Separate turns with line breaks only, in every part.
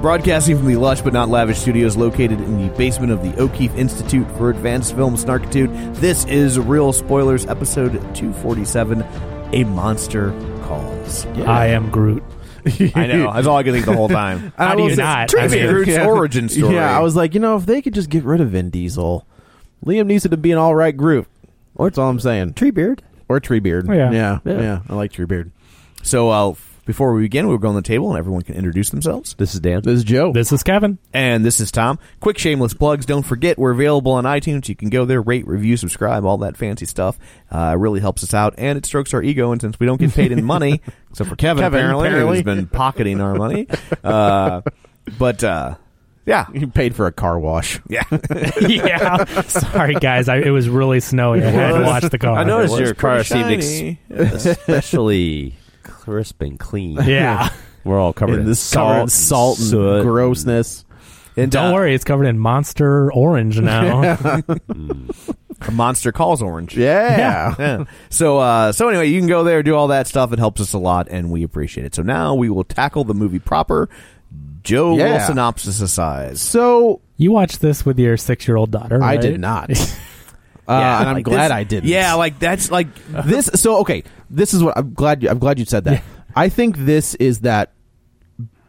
Broadcasting from the lush but not lavish studios located in the basement of the O'Keefe Institute for Advanced Film Snarkitude, this is Real Spoilers, episode 247 A Monster Calls.
Yeah. I am Groot.
I know. That's all I could think the whole time.
How
I
do you
was
not?
Trivia
I mean-
Groot's
Yeah.
origin story.
Yeah, I was like, you know, if they could just get rid of Vin Diesel, Liam Neeson to be an all right group. That's all I'm saying.
Treebeard.
Or Treebeard.
Oh, yeah.
yeah,
Yeah.
yeah. I like Treebeard.
So uh, f- before we begin, we'll go on the table and everyone can introduce themselves.
This is Dan. This is Joe.
This is Kevin.
And this is Tom. Quick shameless plugs. Don't forget, we're available on iTunes. You can go there, rate, review, subscribe, all that fancy stuff. Uh, it really helps us out, and it strokes our ego. And since we don't get paid in money, except for Kevin,
Kevin,
apparently,
apparently.
who's been pocketing our money. Uh, but uh, yeah,
You paid for a car wash.
yeah.
yeah. Sorry, guys. I, it was really snowy. I had to watch the car.
I noticed
It was
your car
pretty
seemed
shiny.
ex- especially crisp and clean.
Yeah.
We're all covered
And
in
the
salt,
salt, salt, and
soot.
grossness.
And
Don't
uh,
worry. It's covered in monster orange now.
a monster calls orange.
Yeah.
Yeah. So uh, so anyway, you can go there, do all that stuff. It helps us a lot, and we appreciate it. So now we will tackle the movie proper. Joe
Yeah.
will synopsisize.
So
You watched this with your six-year-old daughter.
I
right?
did not. Uh,
Yeah,
and I'm
like
glad
this-
I didn't.
Yeah, like that's like
this so okay this is what i'm glad you i'm glad you said that i think this is that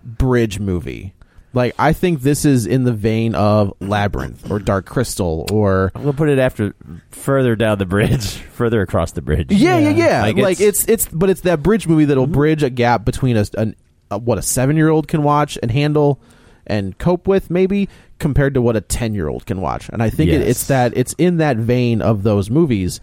bridge movie like i think this is in the vein of labyrinth or dark crystal or
We'll put it after further down the bridge, further across the bridge.
yeah yeah yeah
Like,
like,
it's- Mm-hmm.
it's, it's but it's that bridge movie that'll bridge a gap between a, an, a what a seven year old can watch and handle and cope with maybe compared to what a 10 year old can watch and i think it,
Yes.
it's that it's in that vein of those movies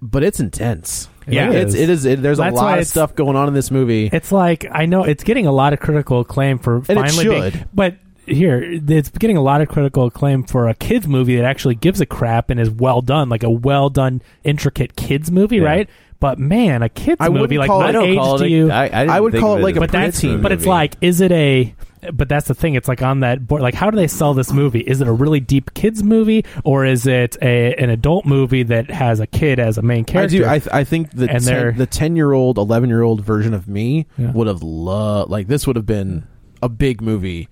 but it's intense
Yeah.
Like, it's, it is it, there's
That's
a
why
lot of
it's-
stuff going on in this movie
It's like I know it's getting a lot of critical acclaim for
it
finally
should.
being, but here it's getting a lot of critical acclaim for a kids movie that actually gives a crap and is well done, like a well done intricate kids movie, right? But man, a kids
I wouldn't
movie like
call it-
what
I don't
age
call it
do
a-
you?
I, I, didn't
I would
think
call
of
it like a
as
but that's
preteen
but it's
movie.
like is it a but that's the thing it's like on that board like how do they sell this movie is it a really deep kids movie or is it a an adult movie that has a kid as a main character
I do. I, th- I think the
And they're-
ten, the ten year old, eleven year old version of me
Yeah.
would have loved. Like this would have been a big movie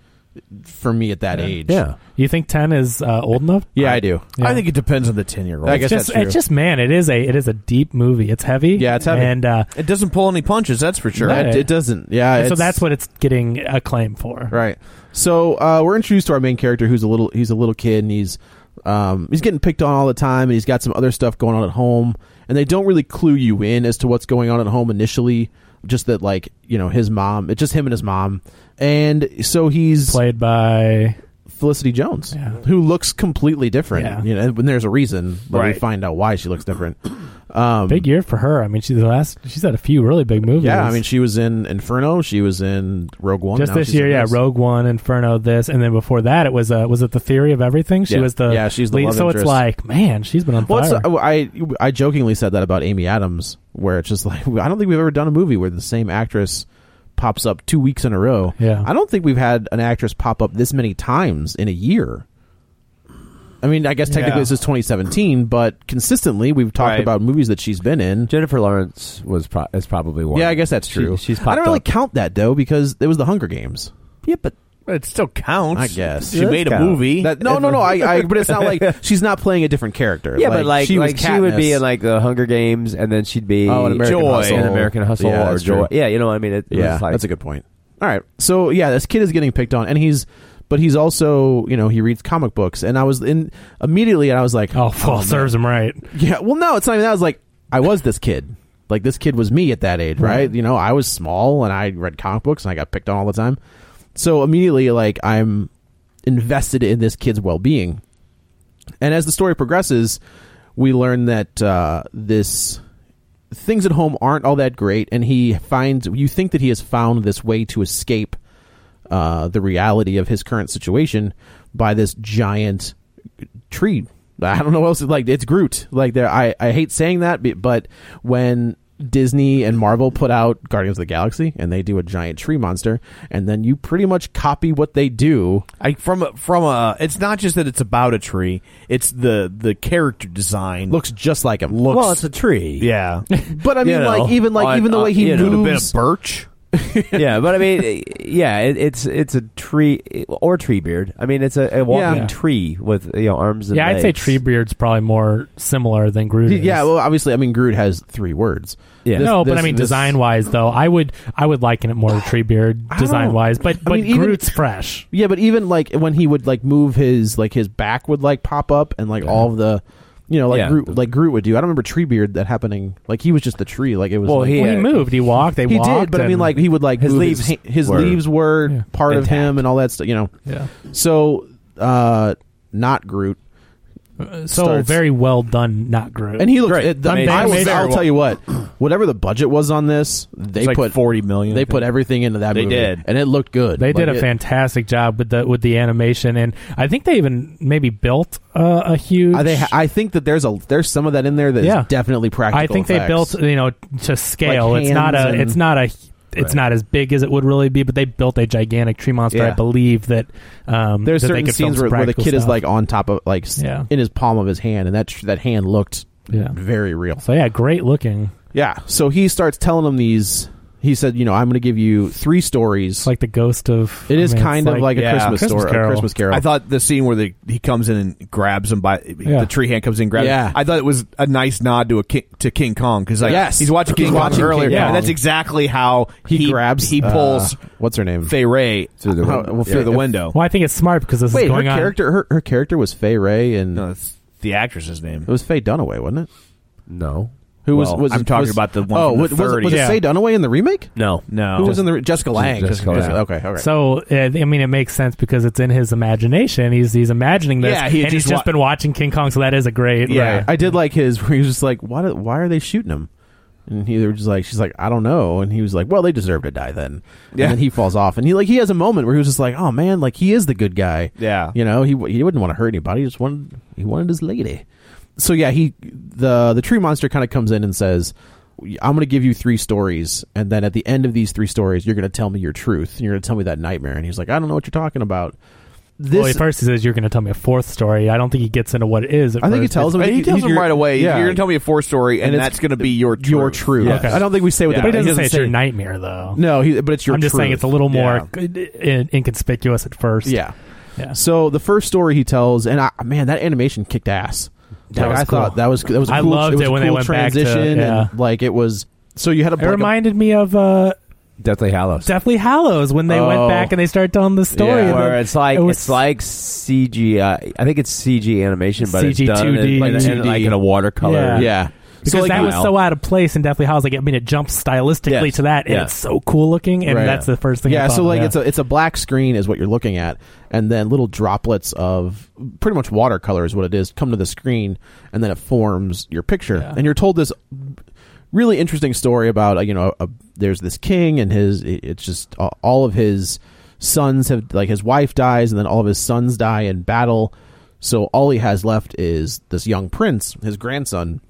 for me at that age.
yeah.
you think 10 is uh, old enough
yeah, I do.
Yeah.
I think it depends on the ten year old.
I guess
just,
that's true.
It's just man, it is a it is a deep movie. It's heavy.
Yeah, it's heavy.
And uh,
it doesn't pull any punches. That's for sure.
No.
That- it doesn't. Yeah,
so
it's-
that's what it's getting acclaim for.
Right. So uh, we're introduced to our main character, who's a little he's a little kid, and he's um, he's getting picked on all the time, and he's got some other stuff going on at home, and they don't really clue you in as to what's going on at home initially. Just that, like you know, his mom. It's just him and his mom, and so he's
Played by
Felicity Jones,
Yeah.
who looks completely different.
Yeah.
You know, and there's a reason, but we
Right.
find out why she looks different. Um,
big year for her. I mean, she's the last. She's had a few really big movies.
yeah, I mean, she was in Inferno. She was in Rogue One.
just
now
this
she's
year,
in
yeah,
this.
Rogue One, Inferno, this, and then before that, it was uh, was it the Theory of Everything? She
Yeah.
was the
Yeah, she's the
lead,
love
so it's
interest.
like man, she's been on
Well,
fire.
it's- uh, I I jokingly said that about Amy Adams, where it's just like I don't think we've ever done a movie where the same actress pops up two weeks in a row.
Yeah.
I don't think we've had an actress pop up this many times in a year. I mean, I guess technically
Yeah.
this is 2017, but consistently we've talked
Right.
about movies that she's been in.
Jennifer Lawrence was pro- is probably one.
Yeah, I guess that's
She-
true.
she's
I
popped
don't really
up.
count that though because it was the Hunger Games.
Yeah, but
It still counts.
I guess
she made a movie.
That, no, no, no. I, I. But it's not like she's not playing a different character.
Yeah, but like
she
she,
was
like, she would be
Katniss.
in like the Hunger Games, and then she'd be
Oh, in American
Joy
Hustle.
in American Hustle
Yeah,
or
that's
Joy.
true.
Yeah, you know, I mean, it, it
yeah,
was like,
that's a good point. All right, so yeah, this kid is getting picked on, and he's, but he's also, you know, he reads comic books, and I was in immediately, and I was like,
Oh, well, serves him right.
yeah, well, no, it's not even that. I was like, I was this kid, like this kid was me at that age, right? You know, I was small and I read comic books and I got picked on all the time, so immediately, like, I'm invested in this kid's well being, and as the story progresses, we learn that uh, this things at home aren't all that great, and he finds you think that he has found this way to escape uh, the reality of his current situation by this giant tree. I don't know what else like it's Groot. Like there, I I hate saying that, be- but when Disney and Marvel put out Guardians of the Galaxy and they do a giant tree monster, and then you pretty much copy what they do.
I from a- from a. It's not just that it's about a tree. It's the the character design
Looks just like him.
looks.
well, it's a tree.
yeah,
But I mean,
You know,
like even like
on-
even the way he
on- you know,
Could've been
moves.
a birch.
yeah, but I mean, yeah, it, it's it's a tree or tree beard. I mean, it's a, a walking
Yeah.
tree with you know arms. and
Yeah, I'd say
legs.
Treebeard's probably more similar than Groot. is.
Yeah, well, obviously, I mean, Groot has three words.
Yeah.
This-
no, but
this-
I mean,
this-
design wise, though, I would I would liken it more to Treebeard
I
design
don't-
wise, but
I
but
mean, even-
Groot's fresh.
Yeah, but even like when he would like move his like his back would like pop up and like all of the, you know, like
Yeah.
Groot like Groot would do. I don't remember Treebeard that happening. Like he was just the tree. Like it was.
Well,
like-
he-
Well,
Yeah.
he moved. He walked. They
he
walked.
did, but I mean,
and-
like he would like
His
move
leaves
His, his
were
leaves were
Yeah.
part of him
Intact.
and all that stuff. You know,
yeah.
so uh, not Groot.
So
starts-
very well done, not Groot.
And he looked.
Great.
It, the,
Amazing.
I will,
Amazing.
I'll tell you what. Whatever the budget was on this, they
It's like
put
40 million, I
They
think.
put everything into that.
They
movie,
did.
and it looked good.
They did
Like,
a
it-
fantastic job with the with the animation, and I think they even maybe built uh, a huge.
I, they, ha- I think that there's a there's some of that in there that is
Yeah.
definitely practical.
I think
effects.
they built you know to scale.
Like
it's not
hands
a
and-
it's not a it's not as big as it would really be, but they built a gigantic tree monster.
Yeah.
I believe that um,
There's
that they
certain
could film
scenes
some
where, where the
practical
kid is
stuff.
like on top of like s-
Yeah.
in his palm of his hand, and that tr- that hand looked
Yeah.
very real.
so yeah, great looking.
Yeah. So he starts telling him these. He said, you know, I'm going to give you three stories.
It's like the ghost of.
it is
I mean, it's
kind of like a
yeah,
Christmas,
Christmas
story,
Carol.
a Christmas Carol.
I thought the scene where the, he comes in and grabs him by
Yeah.
the tree hand comes in and grabs
Yeah.
him. I thought it was a nice nod to a King, to King Kong because like
Yes.
he's watching King
He's
Kong
watching
earlier.
King
and
Kong.
that's exactly how
he, grabs.
he pulls
uh, what's her name?
Fay Ray
Through the
how-
window.
well, through
Yeah.
the window.
Well, I think it's smart because this
Wait,
is
her
going on.
character. Her, her character was Faye Ray, and
No, that's the actress' name.
it was Faye Dunaway, wasn't it?
No,
Who
Well,
was was?
I'm talking
was-
about the one
Oh,
from the
was, was, it-
30s.
was it
Yeah.
Faye Dunaway in the remake?
no,
No,
Who was in the re- Jessica Lang?
Jessica Lange.
Okay, all right.
So uh, I mean, it makes sense because it's in his imagination. He's he's imagining this,
Yeah, he had
and he's
just
just
wa-
been watching King Kong. So that is a great.
Yeah,
right.
I did like his where he was just like, why? Do, why are they shooting him? And he they were just like, she's like, I don't know. And he was like, well, they deserve to die then.
Yeah.
And then he falls off, and he like he has a moment where he was just like, oh man, like he is the good guy.
Yeah.
you know, he he wouldn't want to hurt anybody. He just wanted he wanted his lady. So yeah, he the the tree monster kind of comes in and says. I'm going to give you three stories, and then at the end of these three stories, you're going to tell me your truth. And you're going to tell me that nightmare. And he's like, I don't know what you're talking about. This,
well, at first he says you're going to tell me a fourth story. I don't think he gets into what it is. at
I think he
first.
tells him.
But he tells him
you're-
right away.
yeah.
You're going to tell me a four story, and,
And it's-
that's going to be your truth.
your truth.
Yes.
I don't think we say what
Yeah.
the
But he doesn't,
he
say it's your nightmare, though.
No, he, but it's your.
I'm just
truth.
saying it's a little more in, inconspicuous at first.
Yeah.
Yeah.
So the first story he tells, and I, man, that animation kicked ass.
That
Like,
was
I
cool.
thought that was that was. a
I
cool,
loved
was
it
a
when
cool
they went back to-
transition
yeah.
and like it was. So you had a
It
like a-
reminded me of uh,
Deathly Hallows.
Deathly Hallows when they
Oh.
went back and they started telling the story.
Yeah.
and
Where
then
Where it's like
it was-
it's like CGI. I think it's CG animation, but it's
CG
done
2D.
in, like, in,
2D.
like in a watercolor.
Yeah.
yeah.
because
so like,
that was so out of place in Deathly Hallows. Like I mean, it jumps stylistically
Yes.
to that, and
Yeah.
it's so cool looking. And
Right.
that's the first thing. I
yeah.
thought
So
of,
like
yeah.
it's a it's a black screen is what you're looking at, and then little droplets of pretty much watercolor is what it is come to the screen, and then it forms your picture,
Yeah.
and you're told this really interesting story about uh, you know a, there's this king and his it- it's just a- all of his sons have like his wife dies and then all of his sons die in battle so all he has left is this young prince his grandson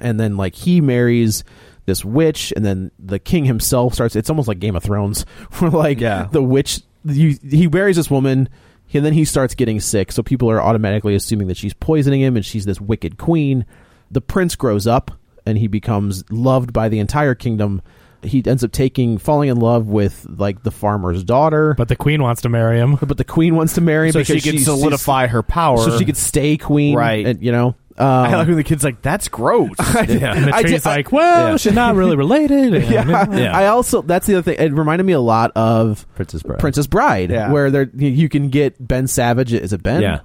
and then like he marries this witch, and then the king himself starts. It's almost like Game of Thrones, where like
Yeah.
the witch you, he marries this woman, and then he starts getting sick. So people are automatically assuming that she's poisoning him, and she's this wicked queen. The prince grows up, and he becomes loved by the entire kingdom. He ends up taking, falling in love with like the farmer's daughter,
but the queen wants to marry him.
But the queen wants to marry him
So
because
she can
she's-
solidify her power.
so she could stay queen,
Right.
And you know, um,
I like when the kid's like, "That's gross."
And the
I
tree's
did- I-
like, well,
yeah.
she's not really related. And-
yeah.
Yeah.
I also that's the other thing. It reminded me a lot of
Princess Bride.
Princess Bride,
Yeah.
where there you can get Ben Savage. Is it Ben?
Yeah.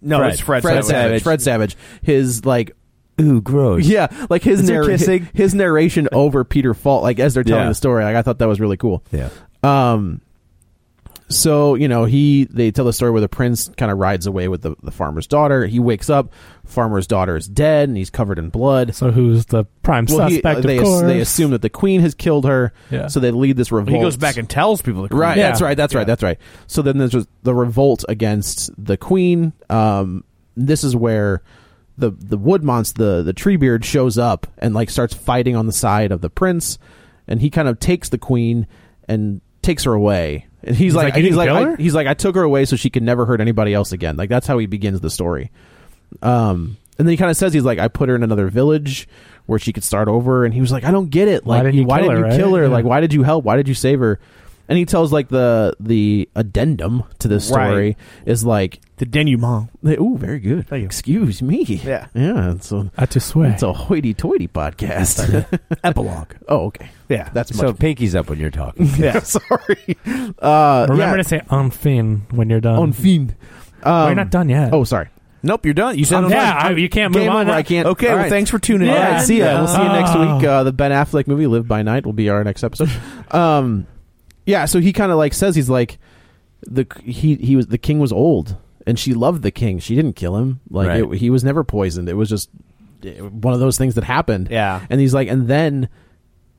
No,
Fred.
it's Fred,
Fred Savage. Fred Savage. His like.
Ooh, gross.
Yeah, like his
Is there
narr-
kissing?
his narration over Peter Falk, like as they're telling
Yeah.
the story, like I thought that was really cool.
Yeah.
Um, so you know he they tell the story where the prince kind of rides away with the, the farmer's daughter. He wakes up, farmer's daughter is dead, and he's covered in blood.
So who's the prime
Well, he- uh,
suspect?
they,
of course,
they assume that the queen has killed her,
Yeah.
so they lead this revolt.
He goes back and tells people, the
right.
Yeah.
That's right. That's right. That's right. So then there's just the revolt against the queen. Um, this is where the the wood monster, the the tree beard, shows up and like starts fighting on the side of the prince, and he kind of takes the queen and takes her away. And he's,
He's
like,
like, "You
he's
didn't
like,
kill
I-
her?"
he's like, I took her away so she could never hurt anybody else again. Like that's how he begins the story. Um, and then he kind of says he's like, I put her in another village where she could start over. And he was like, I don't get it.
Why
Like,
didn't you kill her, right?
kill her?
Yeah.
Like, why did you help? Why did you save her? And he tells like the the addendum to this story is like,
the denouement.
oh, very good.
Thank you.
Excuse me.
Yeah.
yeah. It's a
I just swear.
it's a hoity-toity podcast.
Epilogue.
oh, okay.
Yeah,
That's
So
much.
pinkies up when you're talking.
yeah.
sorry. Uh, yeah.
Remember to say "on fin" when you're done.
on fiend.
Oh,
Um,
you're not done yet.
Oh, sorry.
Nope, you're done. You said
I'm
I'm
done.
done.
I- you can't move
Game
on.
over.
now.
I can't.
Okay,
All
well,
right.
thanks for tuning
All
in.
Yeah.
right, see ya.
Yeah.
We'll see you next
Oh.
week. Uh, the Ben Affleck movie Live by Night will be our next episode. Um, yeah, so he kind of like says he's like the he he was the king was old and she loved the king. She didn't kill him. Like
Right.
it, he was never poisoned. It was just eh, one of those things that happened.
Yeah.
And he's like and then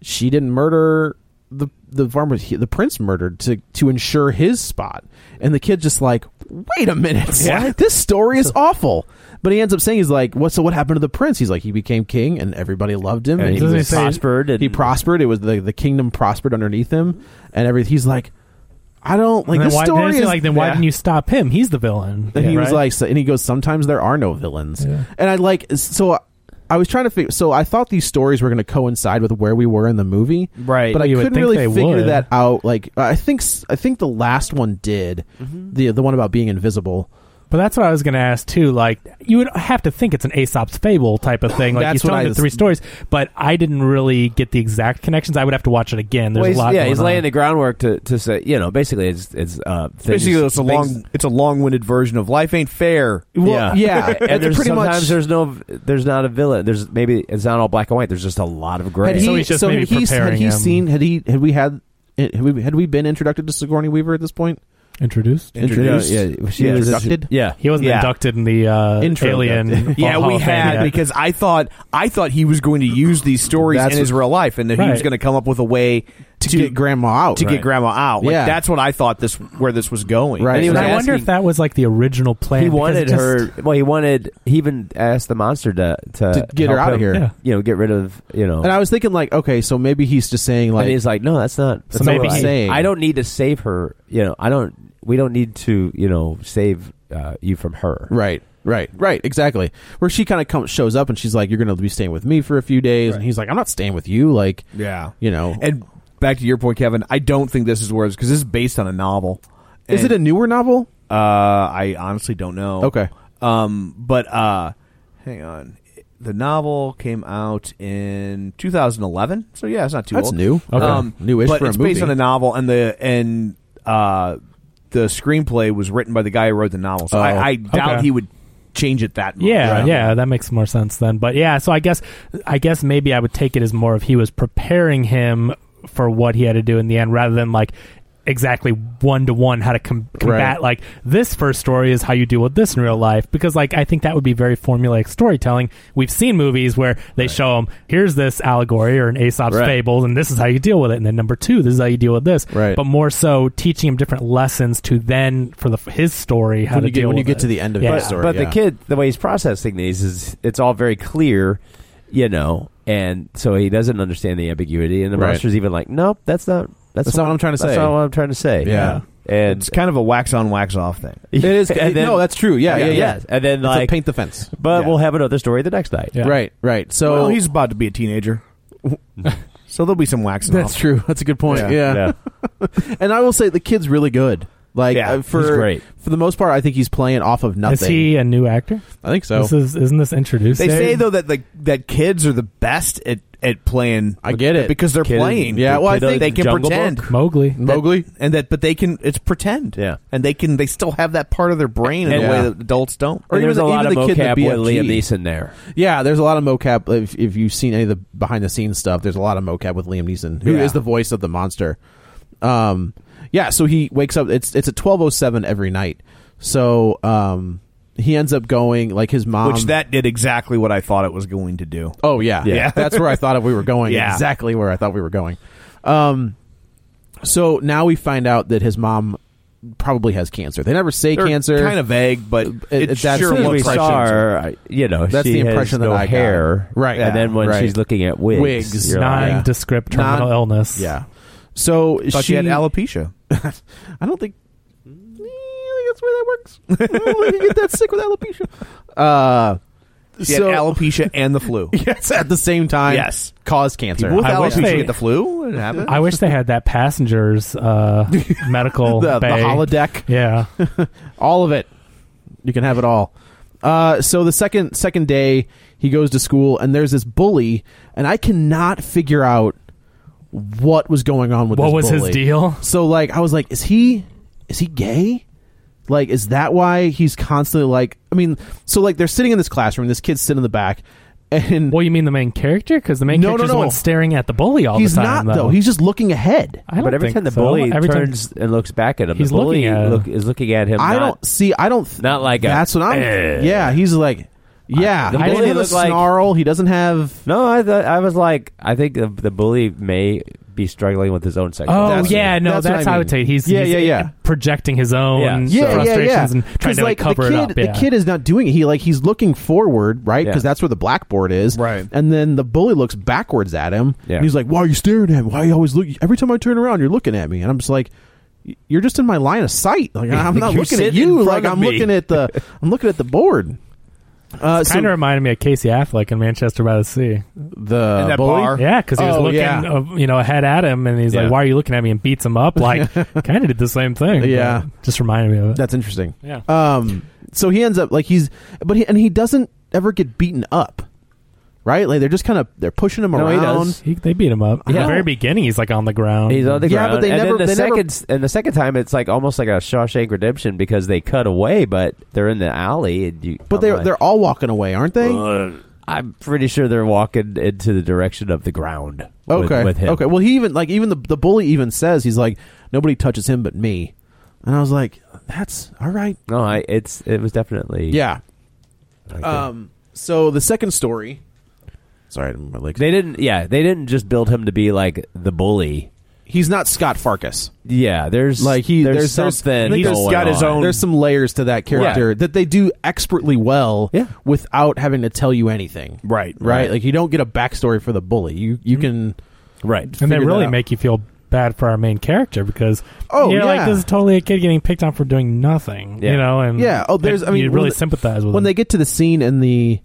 she didn't murder the the farmer he- the prince murdered to to ensure his spot and the kid just like wait a minute
Yeah.
this story is awful but he ends up saying he's like what so what happened to the prince he's like he became king and everybody loved him and
And he
he,
doesn't
was-
he say-
prospered. And
he prospered it was the the kingdom prospered underneath him and every he's like i don't like
And then
this
why, then
story
it's
is
like then why
yeah.
didn't you stop him? He's the villain.
and he was
right?
like, so- and he goes, sometimes there are no villains.
Yeah.
And I like, so I was trying to figure, so I thought these stories were going to coincide with where we were in the movie.
Right.
But I
You would
couldn't
think
really
they
figure
would.
that out. Like, I think, s- I think the last one did
Mm-hmm.
the, the one about being invisible.
But that's what I was going to ask too. Like, you would have to think it's an Aesop's fable type of thing. Like,
That's
he's
what
telling
I
the
was-
three stories, but I didn't really get the exact connections. I would have to watch it again. There's
Well,
a
he's-
lot.
yeah,
going
he's
on.
laying the groundwork to, to say, you know, basically it's it's uh, things,
Basically, it's a long, it's a long-winded version of life ain't fair.
Well, yeah.
and
It's
there's
pretty much-
sometimes there's no there's not a villain. There's maybe it's not all black and white. There's just a lot of gray.
Had
So
he,
he's just maybe
had he, had
preparing
he
him.
seen, had he, had we had, had we, had we been introduced to Sigourney Weaver at this point?
introduced.
Introduced.
Yeah, yeah, she was-
Introducted?
Yeah,
He wasn't
Yeah.
inducted in the uh,
Intro
alien.
inducted.
Yeah,
Hall
we
of Fame
had
yet.
because I thought I thought he was going to use these stories
That's
in his
what-
real life, and that he was
Right.
going to come up with a way to,
To get grandma out.
to get grandma out. Like,
Yeah.
That's what I thought this where this was going.
Right.
And he was
I wonder if
asking-
that was like the original plan.
he
because
wanted
it just-
her. Well, he wanted. He even asked the monster to to,
To get her
help
out of
him,
here.
Yeah.
You know, get rid of you know.
And I was thinking like, okay, so maybe he's just saying like,
and he's like, no, that's not. That's
maybe
not what
he-
I-
Saying.
I don't need to save her. You know, I don't. We don't need to. You know, save uh, you from her.
Right, right, right, exactly. Where she kind of comes, shows up, and she's like, "You're going to be staying with me for a few days," and he's like, "I'm not staying with you." Like,
yeah,
you know,
And back to your point, Kevin, I don't think this is where it's because this is based on a novel.
is it a newer novel?
Uh, I honestly don't
Oh,
know.
Okay.
Um, but uh, hang on. The novel came out in 2011, so yeah, it's not too
That's
old.
new. Okay.
Um,
Newish
but
for a
it's
movie.
based on a novel, and the and uh, the screenplay was written by the guy who wrote the novel. So
Oh.
I, I doubt
Okay.
he would change it that much.
Yeah, yeah, that makes more sense then. But yeah, so I guess I guess maybe I would take it as more of he was preparing him for what he had to do in the end rather than like exactly one to one how to com- combat
Right.
like this first story is how you deal with this in real life because like I think that would be very formulaic storytelling. We've seen movies where they show 'em, show them here's this allegory or an Aesop's
Right.
fable and this is how you deal with it and then number 2 this is how you deal with this.
Right.
But more so teaching him different lessons to then for the his story how
When
to
you get-
deal
when you
with
get
it.
to the end of
yeah.
his story.
But
yeah.
the kid, the way he's processing these is it's all very clear.
you know, and so he doesn't understand the ambiguity, and the
Right.
monster's even like, nope, that's not that's,
That's not what I'm trying to
That's
say."
not what I'm trying to say.
Yeah.
and
It's kind of a wax on, wax off thing.
It is-
And then- no, that's true. Yeah, yeah, yeah.
And then
It's a
like
paint the fence.
but
Yeah.
we'll have another story the next night.
Right, right. So
Well,
he's
about to
be a teenager. so there'll be some waxing. That's
off.
true. That's a good point.
Yeah.
Yeah.
and I will say the kid's really good. Like uh, for
he's great.
for the most part, I think he's playing off of nothing.
Is he a new actor?
I think so.
This is isn't this introduced?
They say
though that like that kids are the best at at playing.
I get it
because they're
Kid-
playing.
Yeah, well, I
Kiddo-
think
they can
Jungle
pretend
Book.
Mowgli.
That-
Mowgli.
and that but they can it's pretend.
Yeah,
and they can they still have that part of their brain in
And-
a way
Yeah.
that adults don't.
Or And even there's the- a lot even of the kid in the mocap with BFG. Liam Neeson there.
Yeah, there's a lot of mocap. If, if you've seen any of the behind the scenes stuff, there's a lot of mocap with Liam Neeson, who is
Yeah.
the voice of the monster. Um, yeah, so he wakes up. It's it's at twelve oh seven every night. So um, he ends up going like his mom.
which that did exactly what I thought it was going to do.
Oh yeah,
Yeah.
That's where I thought we were going.
Yeah.
Exactly where I thought we were going. Um, so now we find out that his mom probably has cancer. They never say
They're
cancer.
kind of vague, but it,
that's
sure
the
looks
we
like
saw
cancer.
her, I- you know,
That's
she
the
has
impression that
no
I got.
hair,
Right.
And then when
Right.
she's looking at wigs,
Wigs.
you're like,
Yeah.
Nondescript terminal
Non-
illness.
Yeah. So
Thought
she
she, had alopecia.
I don't think. I think that's where that works. I don't think you get that sick with alopecia. Uh,
She
so
had alopecia and the flu.
yes, at the same time,
Yes.
cause cancer.
People with
I wish
alopecia
they-
get the flu. It happens.
I wish they had that passengers uh, medical
the, the
bay.
holodeck,
Yeah,
all of it. You can have it all. Uh, so the second second day, he goes to school, and there's this bully, and I cannot figure out what was going on with
What
this
was his
bully.
deal?
So like, I was like, is he is he gay? Like, is that why he's constantly like? I mean, so like they're sitting in this classroom. This kid's sitting in the back, and
Well, you mean the main character? Because the main
No, no,
character's the
no.
one staring at the bully all
he's
the time.
not though. He's just looking ahead.
I don't
but every
think
time the
so.
bully
Every time-
turns and looks back at him,
He's
the bully
looking at him.
look, is looking at him.
I
not-
don't see. I don't. Th-
not like a,
that's what I'm.
"Eh."
Yeah, he's like. Yeah,
The
he doesn't
bully
have a
looked like-
snarl. he doesn't have.
No, I th- I was like, I think the, the bully may be struggling with his own
Oh
sexuality.
yeah, no,
that's
that's,
what I
how I
mean.
would say it. he's
Yeah,
he's
yeah, yeah.
projecting his own
Yeah.
yeah, yeah,
frustrations
yeah.
and trying
'Cause,
to
like,
cover
the kid,
it up. Yeah.
The kid is not doing it. He like he's looking forward, right?
Yeah.
Because that's where the blackboard is.
Right.
And then the bully looks backwards at him.
Yeah.
And he's like, "Why are you staring at me? Why are you always look? Every time I turn around, you're looking at me." And I'm just like, "Y- "You're just in my line of sight. Like I'm not
You're
looking at
sitting in
you.
front
Like
of
I'm
me."
looking at the I'm looking at the board." Uh, so
kind of reminded me of Casey Affleck in Manchester by the Sea.
the
in that
bully?
bar.
Yeah, because he was
Oh,
looking,
yeah.
uh, you know, ahead at him, and he's
Yeah.
like, "Why are you looking at me?" and beats him up. Like, kind of did the same thing. but
Yeah.
just reminded me of it.
That's interesting.
Yeah.
Um. So he ends up like he's, but he and he doesn't ever get beaten up, right? Like they're just kind of they're pushing him
No, he
around.
does.
He- they beat him up at
Yeah.
the very beginning. He's like on the ground.
He's on the
Yeah,
ground.
but they
and
never-
Then the
they never-
second, and the second time, it's like almost like a Shawshank Redemption because they cut away, but they're in the alley, and you.
But
I'm
they're
like,
they're all walking away, aren't they?
"Ugh." I'm pretty sure they're walking into the direction of the ground. with-
okay.
with, him.
Okay. Well, he even like even the the bully even says he's like nobody touches him but me, and I was like, that's all right.
No, I, it's it was definitely
Yeah.
like that.
Um. So the second story. Sorry, my legs.
They didn't. Yeah, they didn't just build him to be like the bully.
He's not Scott Farkas.
Yeah, there's
Like he
there's,
there's, there's-
something.
I think there's
going
got his
on.
own. There's some layers to that character
Yeah.
that they do expertly well
Yeah.
without having to tell you anything.
Right,
right.
right.
Like you don't get a backstory for the bully. You
Mm-hmm.
you can
right.
and they
figure that
really
out.
make you feel bad for our main character because
Oh,
you're
yeah.
like this is totally a kid getting picked on for doing nothing.
Yeah.
You know, and
Yeah. Oh, there's. I mean,
Mm-hmm. you
when
really
the-
sympathize with
when
him.
they get to the scene in the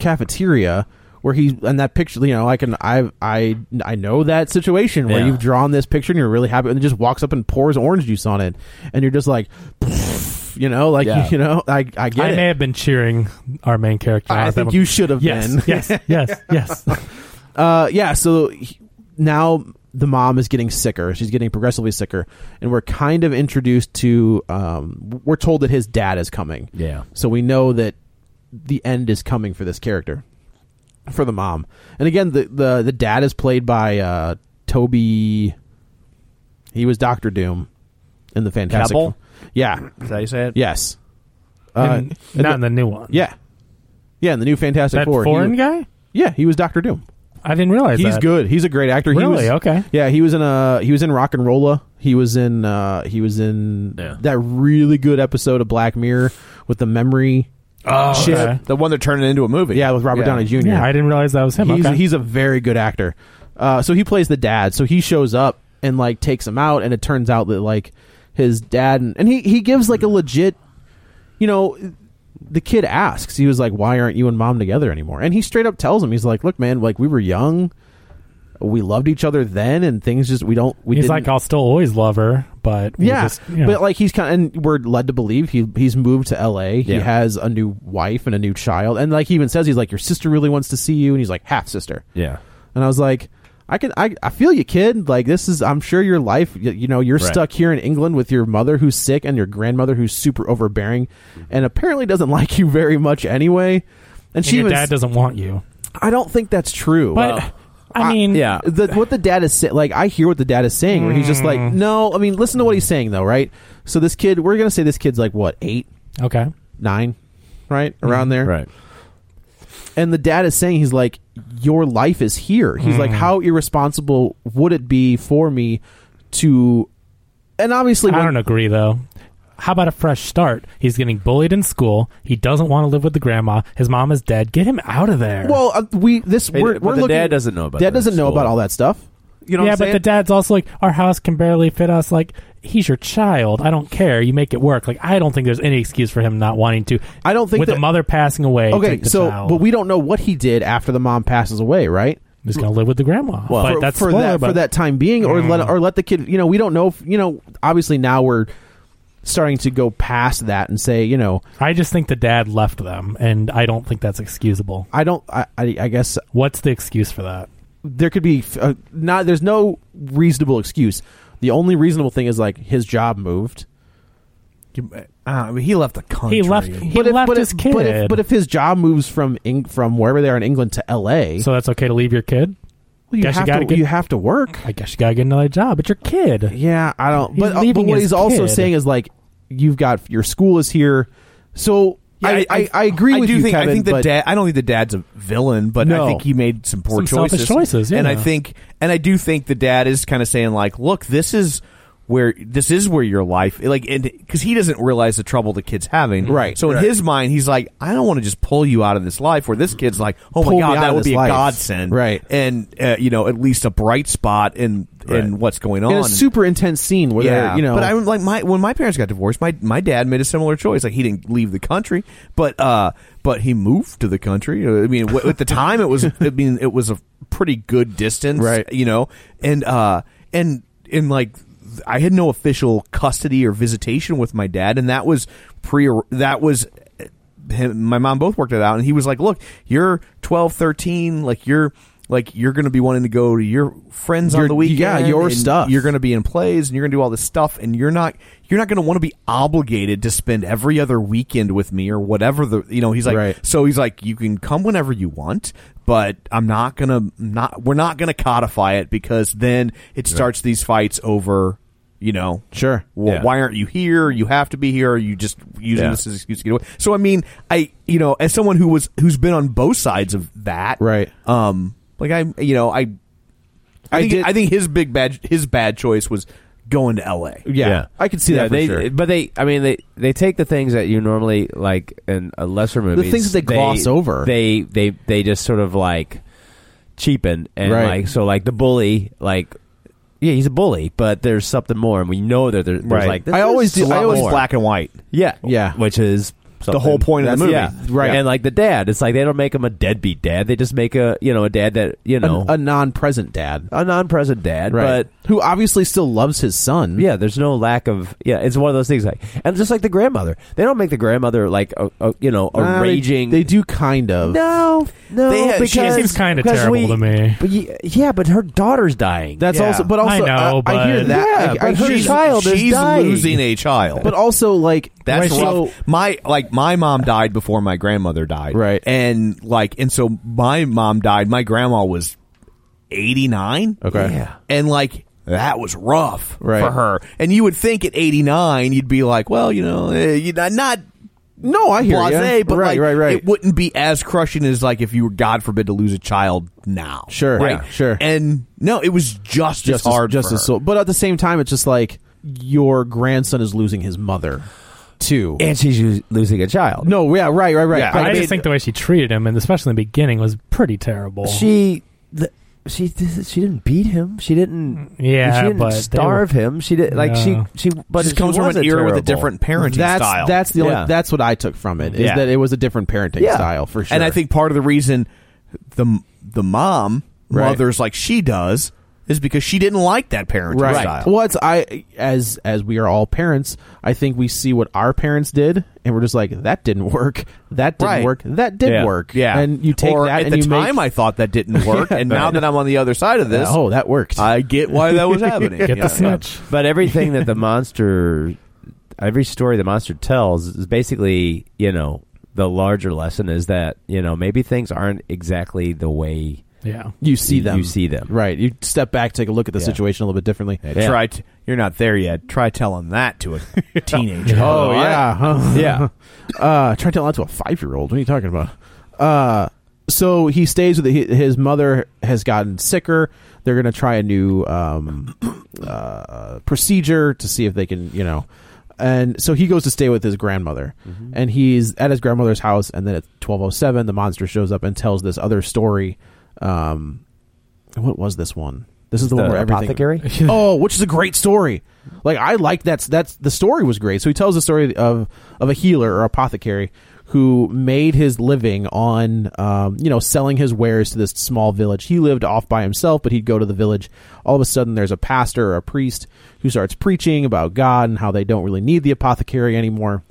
cafeteria where he and that picture. You know, I can. I I I know that situation where
Yeah.
you've drawn this picture and you're really happy, and it just walks up and pours orange juice on it, and you're just like, you know, like
Yeah.
you know, I I get
I
it.
may have been cheering our main character. on
I
at that
think
one.
you should have
Yes,
been.
yes, yes, yes.
Uh, yeah. So he- now the mom is getting sicker. She's getting progressively sicker, and we're kind of introduced to. Um, we're told that his dad is coming.
Yeah.
So we know that the end is coming for this character, for the mom. And again, the the the dad is played by uh, Toby. He was Doctor Doom in the Fantastic.
Cavill?
Yeah.
Is that how you say it?
Yes. Uh,
And not in the new one.
yeah. Yeah, in the new Fantastic
that
Four. he-
foreign guy.
Yeah, he was Doctor Doom.
I didn't realize
He's
that.
good. He's a great actor. He
Really?
was-
Okay.
Yeah, he was in a he was in Rock and Rolla. He was in uh he was in
Yeah.
that really good episode of Black Mirror with the memory
Oh,
shit.
okay.
The one they're turning into a movie. Yeah, with Robert
Yeah.
Downey Jr.
Yeah, I didn't realize that was him.
He's,
Okay.
he's a very good actor. Uh, so he plays the dad. So he shows up and like takes him out, and it turns out that like his dad and, and he he gives like a legit, you know, the kid asks. He was like, "Why aren't you and mom together anymore?" And he straight up tells him, "He's like, look, man, like we were young." We loved each other then, and things just we don't. We
he's
didn't,
like, I'll still always love her, but we
yeah,
just, you know.
but like he's kind of, and we're led to believe he he's moved to L.A. He
Yeah.
has a new wife and a new child, and like he even says he's like your sister really wants to see you, and he's like half sister.
Yeah.
and I was like, I can I I feel you, kid. Like this is I'm sure your life. y- You, know, you're
Right.
stuck here in England with your mother who's sick and your grandmother who's super overbearing,
Mm-hmm.
and apparently doesn't like you very much anyway. And,
And
she
your
even
dad
s-
doesn't want you.
I don't think that's true.
But, Well, I mean-
yeah, the, what the dad is saying. Like, I hear what the dad is saying. Where he's just like,
Mm.
no. I mean, listen to what he's saying though, right? So this kid, we're gonna say this kid's like what eight,
Okay.
nine, right
Mm-hmm.
around there,
right.
And the dad is saying he's like, your life is here. He's like,
Mm.
how irresponsible would it be for me to? And obviously,
I
when-
don't agree though. How about a fresh start? He's getting bullied in school. He doesn't want to live with the grandma. His mom is dead. Get him out of there.
Well, uh, we this
Hey,
we're,
but
we're
the
looking,
dad doesn't know about
dad
that
doesn't know
school.
about all that stuff. You know
yeah,
what I'm
but
saying?
the dad's also like, our house can barely fit us. Like, he's your child. I don't care. You make it work. Like, I don't think there's any excuse for him not wanting to.
I don't think
with
that-
the mother passing away.
Okay,
take the
so
child.
but we don't know what he did after the mom passes away, right?
He's gonna live with the grandma.
Well,
But
for,
that's
for
spoiler,
that for
but-
that time being, or
Mm.
let or let the kid. You know, we don't know. If, you know, obviously now we're starting to go past that and say, you know,
I just think the dad left them, and I don't think that's excusable.
I don't. I I, I guess
what's the excuse for that?
there could be uh, not. There's no reasonable excuse. The only reasonable thing is like his job moved.
Ah, but he left the country.
left- he left
but
his
if, But if,
kid.
but if his job moves from Eng- from wherever they are in England to L.A.,
So that's okay to leave your kid.
Well, you
guess
have
you gotta
to-
get,
you have to work.
I guess you gotta get another job. It's your kid.
Yeah, I don't.
He's
but, uh, but
leaving
what
his
he's also
kid.
saying is like, you've got your school is here, so I, I, I, agree
I
with
do
you,
think,
Kevin.
I think the
but-
dad. I don't think the dad's a villain, but
No.
I think he made some poor
Some
choices.
selfish choices,
and
yeah.
I think, and I do think the dad is kind of saying like, "Look, this is where this is where your life like," and because he doesn't realize the trouble the kid's having,
Right,
So in
right.
his mind, he's like, "I don't want to just pull you out of this life." Where this kid's like, "Oh
Pull
my
me
god,
out of
that would
this
be
life."
a godsend,"
Right.
And uh, you know, at least a bright spot in in what's going on.
in a super intense scene where they're, you know,
But I like my when my parents got divorced, my my dad made a similar choice. Like he didn't leave the country, but uh, but he moved to the country. Uh, I mean, w- at the time it was, I mean, it was a pretty good distance,
Right.
You know, and uh, and and like I had no official custody or visitation with my dad, and that was pre. That was. Him, my mom both worked it out and he was like look you're 12 13 like you're like you're gonna be wanting to go to your friends on
Your-
the weekend
yeah, your
and
stuff.
you're gonna to be in plays and you're going to do all this stuff and you're not you're not going to want to be obligated to spend every other weekend with me or whatever the you know he's like
Right.
so he's like you can come whenever you want but I'm not going to not we're not going to codify it because then it starts these fights over you know
Sure.
well,
Yeah.
why aren't you here you have to be here or you just using
Yeah.
this as an excuse to get away so I mean I you know as someone who was who's been on both sides of that
right
um like I you know I I,
I
think,
did-
I think his big bad his bad choice was going to L.A.
Yeah, I can see
Yeah,
that. for
they-
sure.
But they, I mean, they they take the things that you normally like in a lesser movie.
things that they gloss over.
They they they just sort of like cheapen and
Right.
like so like the bully like. Yeah, he's a bully, but there's something more, and we know that there, there's
Right.
like.
I always do-
a lot
I always-
more.
Black and white.
Yeah,
Yeah.
which is something-
whole point of the
That's-
movie.
yeah.
Right.
And like the dad, it's like they don't make him a deadbeat dad; they just make a you know a dad that you know
a, a non-present dad,
a non-present dad,
right? But who obviously still loves his son.
Yeah, there's no lack of. Yeah, it's one of those things. Like, and just like the grandmother, they don't make the grandmother like a, a you know a
Nah, they-
raging.
They, do kind of.
no, no,
They had-
because
she seems
kinda
because
terrible to me.
But ye- yeah, but her daughter's dying.
That's
Yeah.
also, but also,
I
I,
know, but-
hear that.
Yeah,
I, I
but her
hear-
child is
she's
dying.
losing a child.
But also, like
That's
right, so-
rough. my like my mom died before my grandmother died. Right. And like and so my mom died. My grandma was eighty nine.
Okay.
Yeah.
And like that was rough
Right.
for her. And you would think at eighty nine you'd be like, well, you know, eh, you're not. not
No, I hear
Blase,
you.
but
right,
like,
right, right.
it wouldn't be as crushing as like if you were, God forbid, to lose a child now.
Sure,
right?
yeah, sure.
And no, it was just, as hard,
just
for
as
her.
so. But at the same time, it's just like your grandson is losing his mother. two,
and she's us- losing a child.
No, yeah, right, right, right.
Yeah, I, I mean, just think the way she treated him, and especially in the beginning, was pretty terrible.
She. The, she she didn't beat him. She didn't.
Yeah,
she didn't
but
starve
were,
him. She did like
no.
she she. But she
Just comes from an
wasn't
era with
terrible.
a different parenting
that's,
style.
That's the
Yeah.
only, that's what I took from it is
Yeah.
that it was a different parenting
Yeah.
style for sure.
And I think part of the reason the the mom
Right.
mothers like she does is because she didn't like that parenting
right.
style.
Well, it's I as as we are all parents, I think we see what our parents did, and we're just like that didn't work, that didn't
Right.
work, that did
Yeah.
work.
Yeah,
and you take
Or
that
at
and
the
you
time.
make,
I thought that didn't work, and now
Right.
that I'm on the other side of this,
oh that worked.
I get why that was happening.
Get
Yeah.
the snitch.
But everything that the monster, every story the monster tells is basically, you know, the larger lesson is that you know maybe things aren't exactly the way
Yeah.
you see
you-
them,
you see them.
right? You step back, take a look at the
Yeah.
situation a little bit differently.
Yeah.
Try, t- you're not there yet. Try telling that to a teenager.
Oh
I-
yeah, huh?
Yeah.
Uh, try to tell that to a five year old. What are you talking about? Uh, so he stays with hi- his mother. Has gotten sicker. They're gonna try a new um, uh, procedure to see if they can, you know. And so he goes to stay with his grandmother,
Mm-hmm.
and he's at his grandmother's house. And then at twelve oh seven, the monster shows up and tells this other story. Um, what was this one? This is the, one
the
where everything
apothecary.
oh, which is a great story. Like I like that's that's the story was great. So he tells the story of of a healer or apothecary who made his living on um, you know selling his wares to this small village. He lived off by himself, but he'd go to the village. All of a sudden, there's a pastor or a priest who starts preaching about God and how they don't really need the apothecary anymore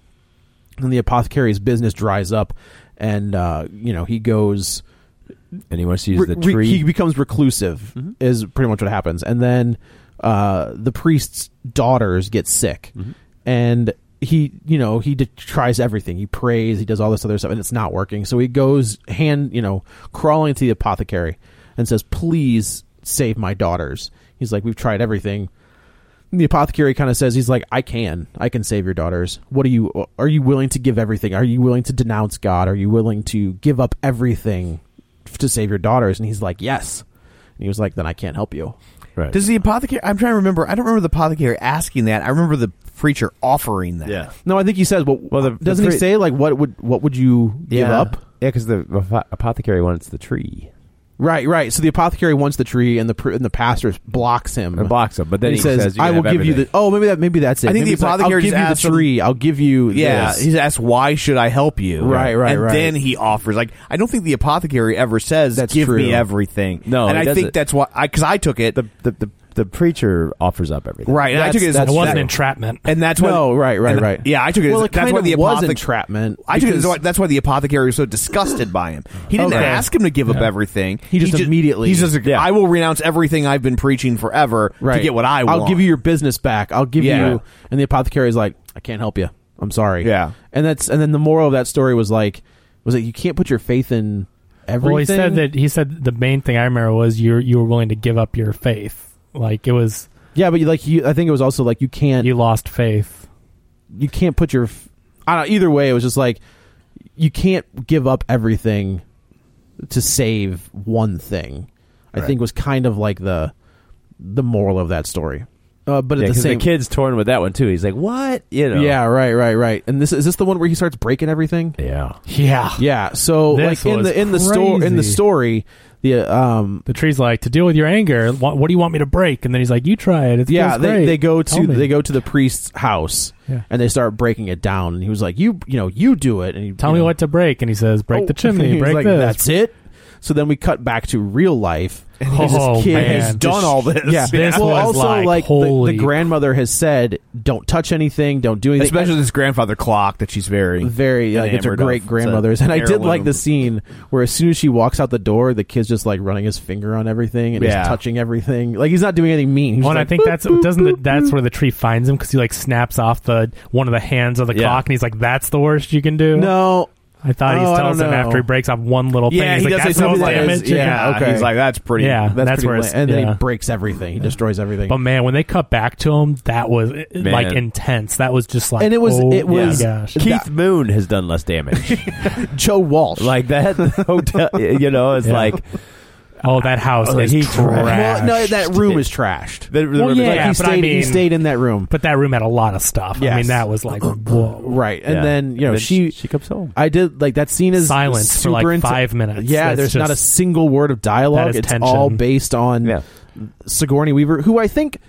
and the apothecary's business dries up and uh, you know he goes
And he wants to use the
re-
tree. Mm-hmm.
he becomes reclusive is pretty much what happens and then uh, the priest's daughters get sick
Mm-hmm.
and he you know he de- tries everything he prays he does all this other stuff and it's not working so he goes hand you know crawling to the apothecary and says please save my daughters he's like we've tried everything and the apothecary kind of says he's like i can i can save your daughters what are you are you willing to give everything are you willing to denounce god are you willing to give up everything f- to save your daughters and he's like yes and he was like then i can't help you
right.
Does the apothecary? I'm trying to remember. I don't remember the apothecary asking that. I remember the preacher offering that.
yeah.
no i think he says well,
Well, the- the
doesn't
three-
he say like what would what would you give
Yeah.
up
Yeah, because the apo- apothecary wants the tree
right right so the apothecary wants the tree and the pr- and the pastor blocks him
and blocks him. But then he, says, you
"I
can
will
have
give you the."
everything."
Oh, maybe that. Maybe that's it.
I think
Maybe
the
it's like,
apothecary just
I'll give
asked
you
him-
the tree. I'll give you.
Yeah,
this."
he's asked, "Why should I help you?"
Right, right,
and
right.
Then he offers, like, I don't think the apothecary ever says,
That's
"Give me
true.
everything."
No,
and
he
I
doesn't.
think that's why, I because I took it
the, the the the preacher offers up everything.
right. And I
That's-
took it as
that's
It wasn't
true.
entrapment.
and that's what.
No, right, right,
and-
right.
Yeah, I took it.
Well,
as,
it
that's
kind
why
of
the
was
apothec-
entrapment,
I took it. As,
because-
that's why the apothecary was so disgusted by him. He didn't
Okay.
ask him to give up everything.
He just immediately-
He's just. like,
Yeah.
I will renounce everything I've been preaching forever to get what I want.
I'll give you your business back. I'll give
Yeah.
you. And the apothecary is like, I can't help you. I'm sorry.
Yeah.
And that's and then the moral of that story was like, was that you can't put your faith in everything.
Well, he said that he said the main thing I remember was you you were willing to give up your faith. Like it was
Yeah, but you, like you, I think it was also like you can't
you
you,
lost faith.
can't put your. f- I don't. Either way, it was just like you can't give up everything to save one thing. I
Right.
think was kind of like the the moral of that story. Uh, but at
Yeah,
the
'cause the
same
kid's torn with that one too. He's like, "What?" You know.
Yeah, right, right, right. And this is this the one where he starts breaking everything?
Yeah.
Yeah.
Yeah. So
This
like in
was
the in the store in the
crazy.
story, the um
The tree's like to deal with your anger. What, what do you want me to break? And then he's like, "You try it." It
yeah
feels
they,
great.
they go
Tell
to
me.
they go to the priest's house
Yeah.
and they start breaking it down. And he was like, you you know you do it. And he,
Tell
you
me
know,
what to break, and he says, "Break
oh,
the
he's
chimney, break
like,
this."
That's it. So then we cut back to real life. And
Oh,
this kid
man.
has done
This-
all this.
Yeah. this
well,
was
also
like,
like, the,
holy
the grandmother has said, "Don't touch anything. Don't do anything."
especially this grandfather clock that she's very
very like it's her
enamored of.
great
It's a
grandmother's and i did like
heirloom.
the scene where as soon as she walks out the door the kid's just like running his finger on everything and
Yeah.
he's touching everything like he's not doing anything mean He's
Well,
just
and
like,
I think
boop,
that's
boop,
doesn't
boop,
the, that's where the tree finds him because he like snaps off the one of the hands of the
Yeah.
clock, and he's like, "That's the worst you can do."
no
I thought
Oh,
he
I
tells
don't
him
know.
after he breaks off one little thing.
Yeah,
he's
he
like,
does say
"That's the
something
most
like
damage."
that. Yeah,
Okay.
he's like that's pretty.
Yeah.
that's,
that's
pretty
where
lame.
it's-
and then
yeah.
he breaks everything he destroys everything
But man, when they cut back to him, that was uh, like intense. That was just like,
And it was-
oh
it
my
was-
gosh.
Keith Moon has done less damage.
joe walsh
like that hotel you know it's
Yeah.
like
Oh, that house
Oh,
is
he
trashed.
Well, no, that room is trashed.
The- the Well, room is-
Like,
yeah,
he
but
stayed,
I
he
mean-
stayed in that room.
But that room had a lot of stuff. I
Yes.
mean, that was like whoa.
Right, and
Yeah.
then you know
And then
she
she comes home.
I did like that scene is
Silence for,
super
like,
inten-
five minutes.
Yeah,
That's
there's not a
just-
single word of dialogue.
that is
it's
tension.
all based on Sigourney Weaver, who I think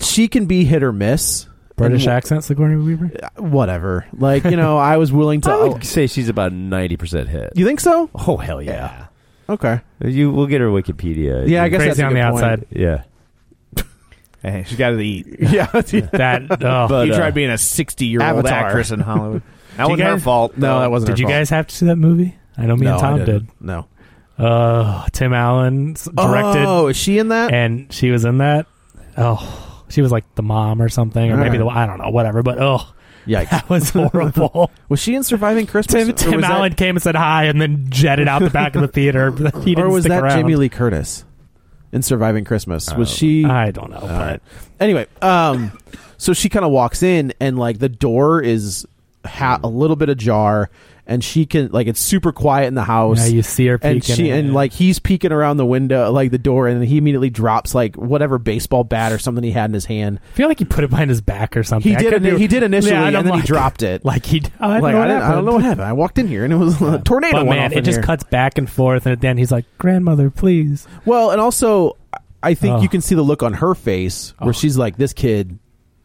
she can be hit or miss.
British
And-
accent, Sigourney Weaver.
whatever. Like you know, I was willing to.
I would say she's about ninety percent hit.
you think so?
Oh hell yeah!
Okay.
You we'll get her Wikipedia.
Yeah, I guess Crazy that's a on the good point. outside.
Yeah,
Hey, she's got to eat.
Yeah.
That. Oh.
But,
you
uh,
tried being a sixty-year-old
Avatar.
actress in Hollywood. That
Did you
wasn't her
guys-
fault.
No,
though.
that wasn't.
Did
her
you
fault.
guys have to see that movie? I know me
No,
and
I
Tom
didn't.
did.
No.
Uh, Tim Allen s- directed.
Oh, is she in that?
and she was in that. Oh, she was like the mom or something, or
All
maybe the
right.
I don't know, whatever. But oh,
Yikes.
that was horrible.
was she in Surviving Christmas?
Tim,
Or
Tim
was that-
Allen came and said hi, and then jetted out the back of the theater. He didn't
or was
stick
that
around.
Jamie Lee Curtis in Surviving Christmas? Was
Oh.
she?
I don't know,
All
but
right. Anyway, um, so she kind of walks in and like the door is ha- a little bit ajar, and she can like it's super quiet in the house.
Yeah, you see her
and
peeking
she
in.
and like he's peeking around the window, like the door, and he immediately drops like whatever baseball bat or something he had in his hand.
I feel like he put it behind his back or something.
He
I
did.
could
ini-
be-
he did initially,
Yeah,
and,
I'm
then he
like-
dropped it.
Like he, I don't
Like,
know.
I,
what
didn't- I don't
happened.
know what happened. I walked in here and it was a tornado.
But
went
man,
off
it
in
just
here.
cuts back and forth, and at the end he's like, "Grandmother, please."
Well, and also, I think
Oh.
you can see the look on her face where she's like, "This kid,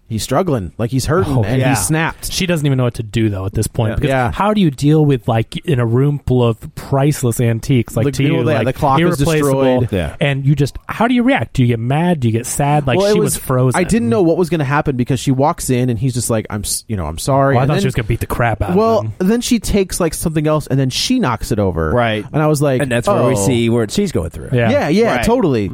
he's struggling. Like he's hurting,
Oh,
and
yeah.
he snapped."
She doesn't even know what to do though at this point.
Yeah.
Because
Yeah.
how do you deal with like in a room full of priceless antiques like
The-
to you,
well, yeah,
like
the clock is
irreplaceable,
destroyed.
Yeah.
and you just how do you react? Do you get mad? Do you get sad? Like
Well, it
she was, frozen.
I didn't know what was going to happen because she walks in and he's just like, "I'm, s- you know, I'm sorry."
Well, I
And
thought
then-
she was gonna beat the crap out.
Well,
of him.
then she takes like something else and then she knocks it over.
Right.
And I was like,
and that's where we
"Oh."
see where she's going through.
Yeah.
Yeah, yeah,
Right.
totally.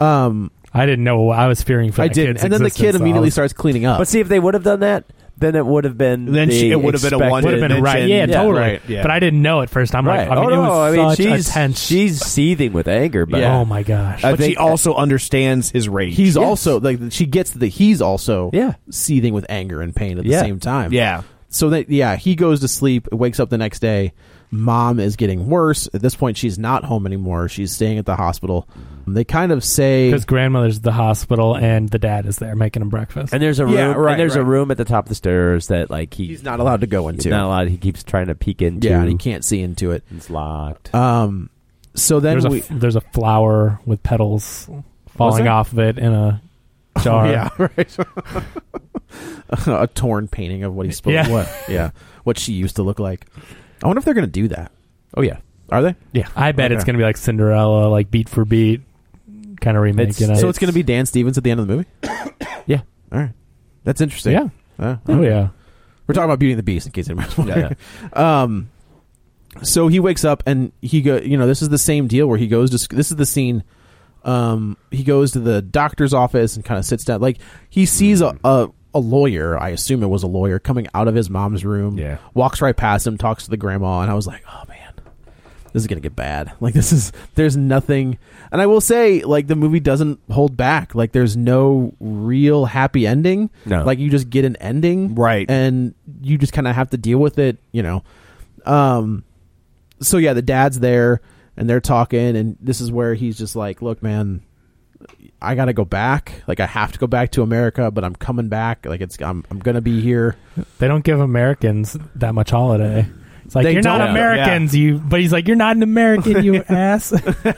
Um,
I didn't know. I was fearing for.
I
that
didn't.
kid's
And then the
existence,
kid
so I
immediately
was-
starts cleaning up.
But see, if they would have done that, then it would have been
Then she-
the
it would have been a
expected-
one-
Would have been right,
Yeah.
yeah, totally.
Right, yeah.
But I didn't know at first. I'm
Right.
like, I mean,
oh
it
no,
was
I mean,
such
she's
a tense.
she's seething with anger, but
Yeah.
oh my gosh,
But she
think-
also understands his rage.
he's
Yes.
also like she gets that he's also
Yeah.
seething with anger and pain at the
Yeah.
same time.
yeah.
So that yeah, he goes to sleep, wakes up the next day. Mom is getting worse. At this point, she's not home anymore. She's staying at the hospital. They kind of say
because grandmother's at the hospital and the dad is there making him breakfast.
and there's a room.
Yeah, right,
and there's a
right.
room at the top of the stairs that like he,
he's not allowed to go
he's
into.
not allowed. He keeps trying to peek into.
yeah, and he can't see into it.
It's locked.
Um, so then
there's,
we
a, f- there's a flower with petals falling
there?
off of it in a jar.
yeah, right. a torn painting of what he's supposed
Yeah.
what yeah what she used to look like. I wonder if they're gonna do that.
oh yeah,
Are they?
Yeah. I bet it's
Okay.
going to be like Cinderella, like beat for beat, kind of remake.
It's-
you know?
so it's gonna be Dan Stevens at the end of the movie.
Yeah.
All right. That's interesting.
Yeah.
Uh,
Oh, yeah.
We're talking about Beauty and the Beast, in case anybody's
yeah.
wondering. Um, so he wakes up and he go. You know, this is the same deal where he goes to. sc- This is the scene. Um, he goes to the doctor's office and kind of sits down. Like he sees a, a a lawyer. I assume it was a lawyer coming out of his mom's room.
Yeah.
walks right past him, talks to the grandma, and I was like, oh man. This is gonna get bad. Like this is there's nothing, and I will say like the movie doesn't hold back. Like there's no real happy ending.
No.
like you just get an ending,
Right.
and you just kind of have to deal with it you know um so yeah the dad's there and they're talking and this is where he's just like look man i gotta go back like i have to go back to america but i'm coming back like it's i'm, I'm gonna be here
They don't give Americans that much holiday. It's like,
They
you're not
don't.
Americans, you. But he's like, you're not an American, you ass.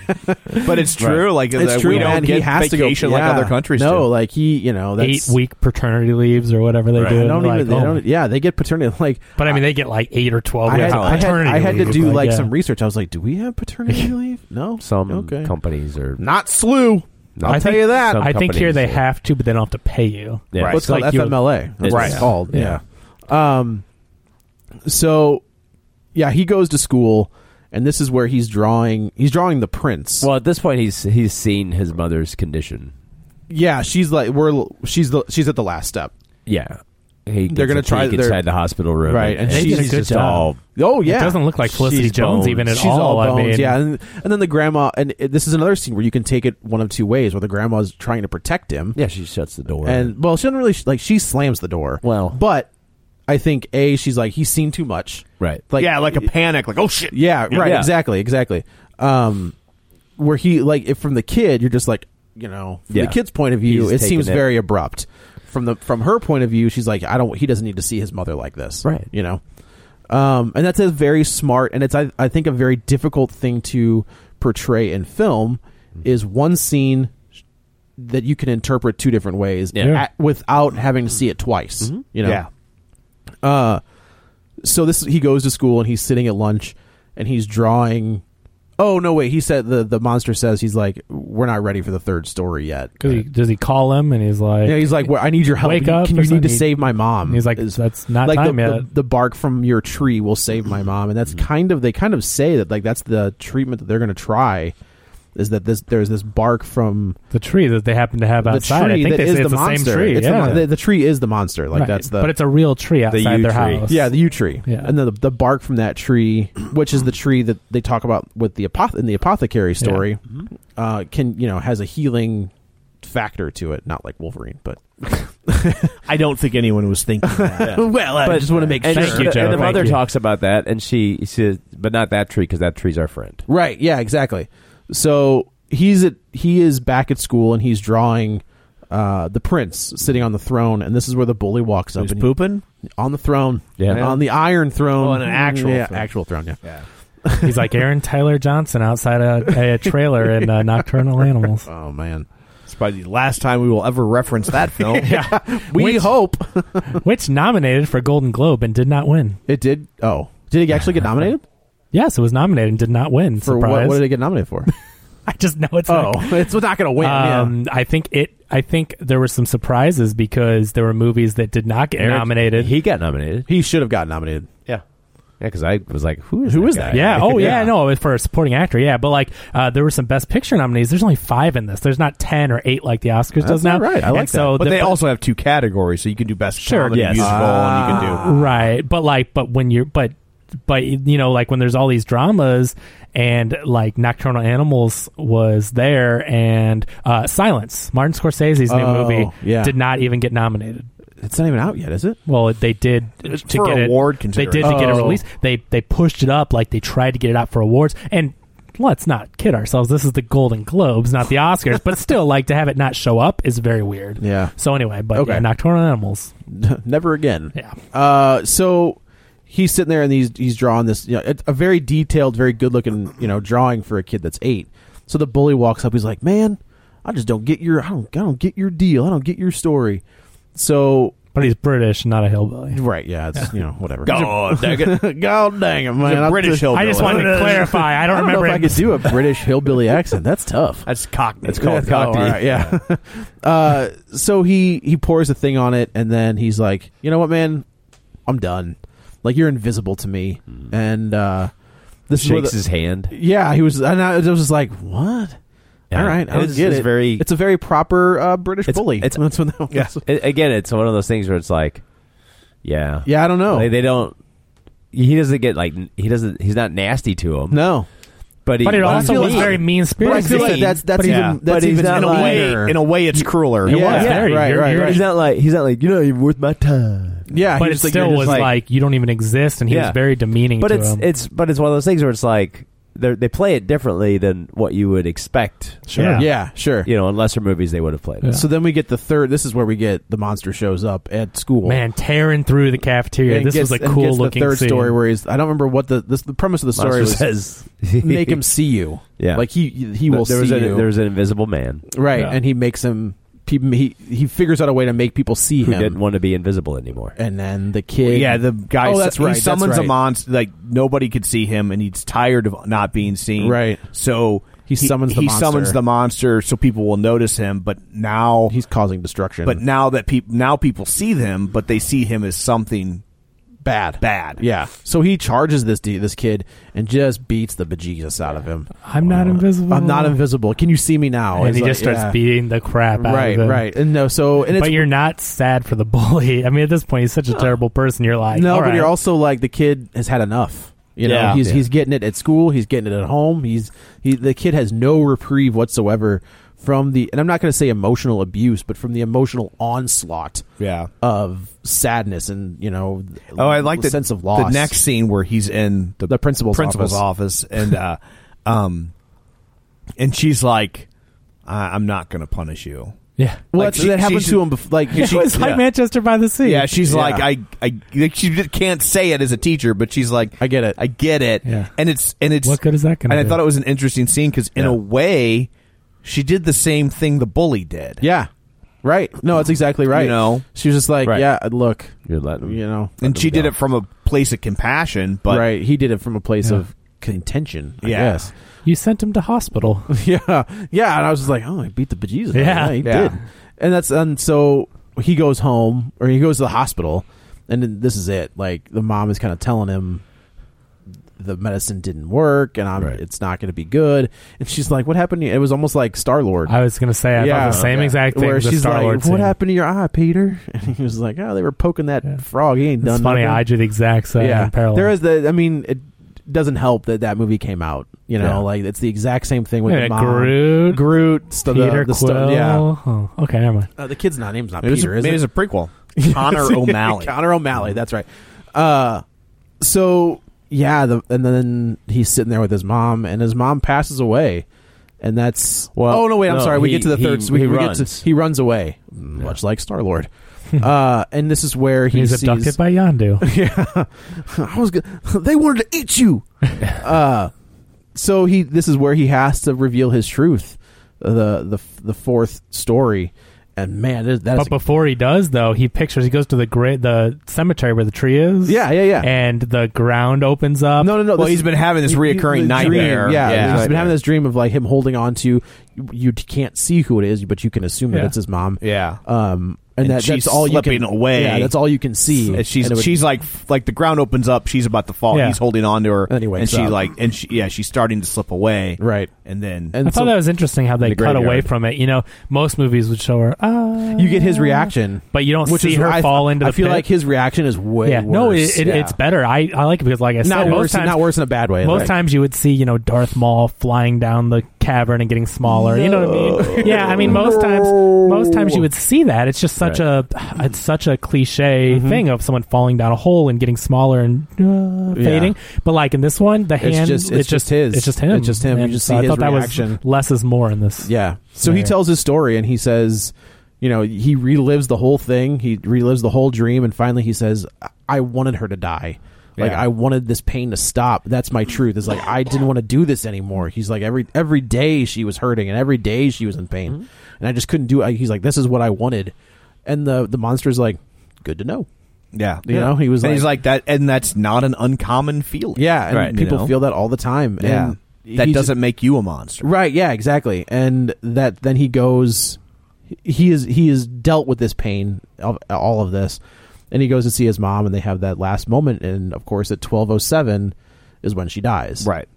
But it's true. Like that we don't
man.
get vacation like
yeah.
other countries
no
do.
like he you know
eight
that's
week paternity leaves or whatever they
I
do.
don't
Like,
even. They
oh.
don't, yeah, they get paternity. Like,
But I mean, they get like eight or 12
I
weeks
had,
of
I had,
paternity
I had to
leave,
do
like,
like
yeah.
some research. I was like, do we have paternity leave? No.
Some
Okay.
companies are.
Not slew. I'll
I
tell
think-
you that.
some
I think here
companies
they
do.
have to, but they don't have to pay you.
Yeah.
Well, it's
It's
called
like you-
FMLA. That's what
Right.
It's called.
Yeah.
Yeah. Um. So, yeah, he goes to school, and this is where he's drawing. He's drawing the prince.
Well, at this point, he's he's seen his mother's condition.
yeah, she's like we're she's the she's at the last step.
Yeah, he
They're
gets
gonna
a
try-
peek
they're-
inside the hospital room,
Right,
and,
and They
did a
she's
good
just all
job.
Oh yeah,
It doesn't look like Felicity
She's
Jones
bones.
even at
She's
all.
all
I
bones,
mean,
yeah, and, and then the grandma, and it, this is another scene where you can take it one of two ways: where the grandma's trying to protect him,
yeah. She shuts the door,
and well, she doesn't really like she slams the door.
Well.
but I think a she's like he's seen too much,
right,
like
yeah, like a panic. Like oh shit.
Yeah, right.
Yeah.
Exactly. Exactly. um, where he like if from the kid, you're just like you know from
Yeah.
the kid's point of view,
He's
it seems
taking it.
very abrupt. From the from her point of view, she's like, I don't. He doesn't need to see his mother like this,
Right.
You know, um, and that's a very smart and it's I, I think a very difficult thing to portray in film
Mm-hmm.
is one scene that you can interpret two different ways
Yeah. Mm-hmm.
at- without having to see it twice. You know,
Yeah.
uh, so this he goes to school and he's sitting at lunch and he's drawing. Oh no! Wait, he said the the monster says he's like we're not ready for the third story yet.
'Cause he- does he call him and he's like,
Yeah, he's like well, I need your help.
Wake
Can you-
up
Can
or
you need to
something. He-
save my mom?
he's like,
Is-
that's not
like the-
time
the,
yet.
the bark from your tree will save my mom, and that's kind of they kind of say that like that's the treatment that they're going to try. Is that this? There's this bark from
the tree that they happen to have
the
outside. I
tree
think
that
they
is
say
the
it's the
monster.
same tree.
It's the
yeah.
mon- the, the tree is the monster. Like
Right.
that's the
but it's a real tree outside
yew
their
tree.
house.
yeah, the yew tree.
Yeah.
And then the, the bark from that tree, which is the tree that they talk about with the apothe- in the apothecary story,
Mm-hmm.
uh, can you know has a healing factor to it. Not like Wolverine, but
I don't think anyone was thinking. That. well, I just want to make
And,
sure.
Thank you,
the-
Joe.
and the
Thank
mother
you.
talks about that, and she, says, "But not that tree, because that tree's our friend."
right, yeah, exactly. So he's at he is back at school and he's drawing uh, the prince sitting on the throne, and this is where the bully walks up.
He's
and he-
pooping.
on the throne,
Yeah.
on the iron throne,
Oh, on an actual
yeah,
throne.
actual throne, yeah.
He's like Aaron Tyler Johnson outside a, a trailer in uh, Nocturnal Animals.
Oh man,
It's probably the last time we will ever reference that film.
we
Which-
hope
Which nominated for Golden Globe and did not win.
it did. Oh, did he actually get nominated
Yes, it was nominated and did not win.
for
Surprise!
what? What did it get nominated for?
I just know it's
Oh,
not
it's not going to win. yeah.
Um, I think it. I think there were some surprises because there were movies that did not get nominated.
He got nominated.
He should have gotten nominated.
Yeah, yeah, because I was like, "Who is
Who
that
is
guy?
that?
yeah. Oh, yeah.
Yeah.
No, for a supporting actor. Yeah, but like uh, there were some Best Picture nominees. There's only five in this. There's not ten or eight like the Oscars does now.
not right. I
And
like that.
so
but
the-
they also have two categories, so you can do best
Sure,
comedy
yes. Ah.
musical,
Ah,
and you can do
right but like but when you're but but you know like when there's all these dramas and like nocturnal animals was there and uh silence martin scorsese's new
Oh,
movie
yeah.
did not even get nominated
It's not even out yet, is it?
well they did to
for
get it-
award
they did to get a
Oh.
release they they pushed it up like they tried to get it out for awards and let's not kid ourselves this is the golden globes not the oscars but still like to have it not show up is very weird
Yeah.
so anyway but
Okay.
yeah, nocturnal animals
Never again.
yeah
Uh, so he's sitting there and he's he's drawing this, you know, a- a very detailed, very good looking, you know, drawing for a kid that's eight. So the bully walks up. He's like, "Man, I just don't get your, I don't, I don't get your deal. I don't get your story." So
but he's british not a hillbilly
right, yeah, it's you know whatever.
God dang it, God dang it, man!
I'm
British
just-
hillbilly.
I just wanted to clarify. I
I
don't,
don't know
remember
if I could do a British hillbilly accent. That's tough.
That's cockney.
It's called
Oh,
cockney. Oh, yeah. uh, so he he pours a thing on it, and then he's like, "You know what, man? I'm done. Like you're invisible to me." And uh, this is where
Hmm. Shakes
the-
his hand.
Yeah, he was, and I was just like, "What?
Yeah.
All right, I
And
don't
it's-
get
it's
it.
very-
it's a very proper uh, British
It's-
bully.
it's-
that's what that was.
Yeah.
A- again, it's one of those things where it's like, yeah,
Yeah, I don't know.
They, they don't. He doesn't get like he doesn't. He's not nasty to him,
no,
but he,
but it
I
also
feel
was
like-
very mean
but I
spirited.
feel like that's that's
Yeah.
even that's
But he's
even
not
In a
like-
way,
lighter.
in a way, it's crueler.
yeah,
was very-
right,
you're-
right,
you're-
right.
He's not like he's not like you're not even worth my time.
yeah,
but
he
it
was like-
still
you're just
was like, you don't even exist, and he
Yeah.
was very demeaning
but
to
it's
him.
it's but it's one of those things where it's like they they play it differently than what you would expect.
Sure.
yeah,
Yeah.
sure.
You know, in lesser movies they would have played it.
So then we get the third. This is where we get the monster shows up at school.
Man, tearing through the cafeteria.
And
This
gets-
was a
and
cool
gets
looking
the third
scene.
story where he's. I don't remember what the this, the premise of the story
Monster
was.
says
make him see you.
Yeah.
like he he will
there
see
was an,
you.
there was an invisible man
right,
Yeah.
and he makes him. He, he he figures out a way to make people see
who
him.
didn't want to be invisible anymore.
and then the kid.
Yeah, the guy.
Oh, that's
he
right. that's
summons
right.
a monster. Like nobody could see him, and he's tired of not being seen.
Right.
So
He summons the
he
monster.
summons the monster, so people will notice him. But now
He's causing destruction.
But now that people now people see them, but they see him as something bad. Bad.
yeah, so he charges this d this kid and just beats the bejesus out of him.
I'm not invisible.
I'm not invisible. Can you see me now?
And
It's
he
like,
just starts
yeah.
beating the crap out
Right,
of him.
right, and no. So and it's
But you're not sad for the bully. I mean, at this point, he's such a terrible person. You're like,
no,
all
but
right.
you're also like the kid has had enough. You know,
Yeah.
he's
Yeah.
he's getting it at school. He's getting it at home. He's he the kid has no reprieve whatsoever from the and I'm not going to say emotional abuse, but from the emotional onslaught
Yeah.
of sadness and you know
Oh, I like the
sense of loss.
The next scene where he's in the,
The principal's
principal's
office.
office, and uh, Um, and she's like, I- I'm not going to punish you.
Yeah.
Well, like she, that happened to him. Before, like
it she, was like yeah. Manchester by the Sea.
Yeah, she's yeah. like I, I, like, she just can't say it as a teacher, but she's like,
I get it,
I get it.
Yeah.
And it's and it's
what good is that?
And
do?
I thought it was an interesting scene because in yeah. a way, she did the same thing the bully did.
Yeah. Right. No, that's exactly right.
You know,
she was just like, right. yeah, look,
you're letting,
you know,
and she did go. it from a place of compassion, but
right, he did it from a place of contention. I guess.
You sent him to hospital.
yeah, yeah. And I was just like, oh, I beat the bejesus. Yeah, yeah he yeah. did. And that's and so he goes home or he goes to the hospital, and then this is it. Like the mom is kind of telling him the medicine didn't work, and I'm right. it's not going to be good. And she's like, "What happened to you?" It was almost like Star Lord.
I was going to say, I yeah, thought the same exact thing.
Where she's
Star
like,
Lord
"What scene. happened to your eye, Peter?" And he was like, "Oh, they were poking that frog. He ain't
it's
done."
Funny,
nothing.
I did the exact same. Yeah, parallel.
there is the. I mean. It, doesn't help that that movie came out. You know, yeah. like it's the exact same thing with yeah, the mom.
Groot,
Groot,
st- Peter the, the st- Quill. yeah. Oh, okay, never mind.
Uh, the kid's not name's not it Peter.
A,
is
maybe it? it's a prequel. Connor O'Malley.
Connor O'Malley. That's right. Uh, so yeah, the, and then he's sitting there with his mom, and his mom passes away. And that's well. Oh no! Wait, I'm no, sorry. We
he,
get to the third. He,
we, he
we
runs.
Get to, he runs away, yeah. much like Star Lord. uh, and this is where he
he's
sees,
abducted by Yandu.
yeah, I was. Good. They wanted to eat you. uh, so he. This is where he has to reveal his truth. uh, The the the fourth story, and man, that, that
but before he does though, he pictures. He goes to the great the cemetery where the tree is.
Yeah, yeah, yeah.
And the ground opens up.
No, no, no.
Well, he's been having this reoccurring
he,
nightmare.
Dream, yeah, yeah, he's right. been having this dream of like him holding on to. You, you can't see who it is, but you can assume yeah. that it's his mom.
Yeah.
Um and, and that,
she's
that's all
slipping
you can,
away.
Yeah, that's all you can see.
And she's and would, she's like like the ground opens up. She's about to fall. Yeah. He's holding on to her.
Anyway,
and she
up.
like and she yeah she's starting to slip away.
Right,
and then
and I so, thought that was interesting how they the cut graveyard. away from it. You know, most movies would show her. Uh,
you get his reaction,
but you don't see her I, fall into.
I
the
feel
pit.
like his reaction is way.
Yeah,
worse.
no, it, it,
yeah.
it's better. I, I like it because like I said,
not
most
worse,
times,
not worse in a bad way.
Most
right.
times you would see you know Darth Maul flying down the cavern and getting smaller. No. You know what I mean? Yeah, I mean most times most times you would see that. It's just such right. a it's such a cliche mm-hmm. thing of someone falling down a hole and getting smaller and uh, fading. Yeah. But like in this one, the hand
it's just,
it's, it's
just, his
it's just him
it's just him.
And
you just see so
I thought
reaction.
that was less is more in this.
Yeah. So scenario. he tells his story and he says, you know, he relives the whole thing. He relives the whole dream, and finally he says, "I wanted her to die." Like
yeah.
I wanted this pain to stop. That's my truth. It's like I didn't want to do this anymore. He's like every every day she was hurting and every day she was in pain, mm-hmm. and I just couldn't do. it. He's like this is what I wanted, and the the monster's like, good to know.
Yeah,
you
yeah.
know he was.
And
like,
he's like that, and that's not an uncommon feeling.
Yeah, and right, people you know? feel that all the time.
Yeah, that doesn't just, make you a monster.
Right? Yeah, exactly. And that then he goes, he is he is dealt with this pain, all of this and he goes to see his mom and they have that last moment and of course at 1207 is when she dies
right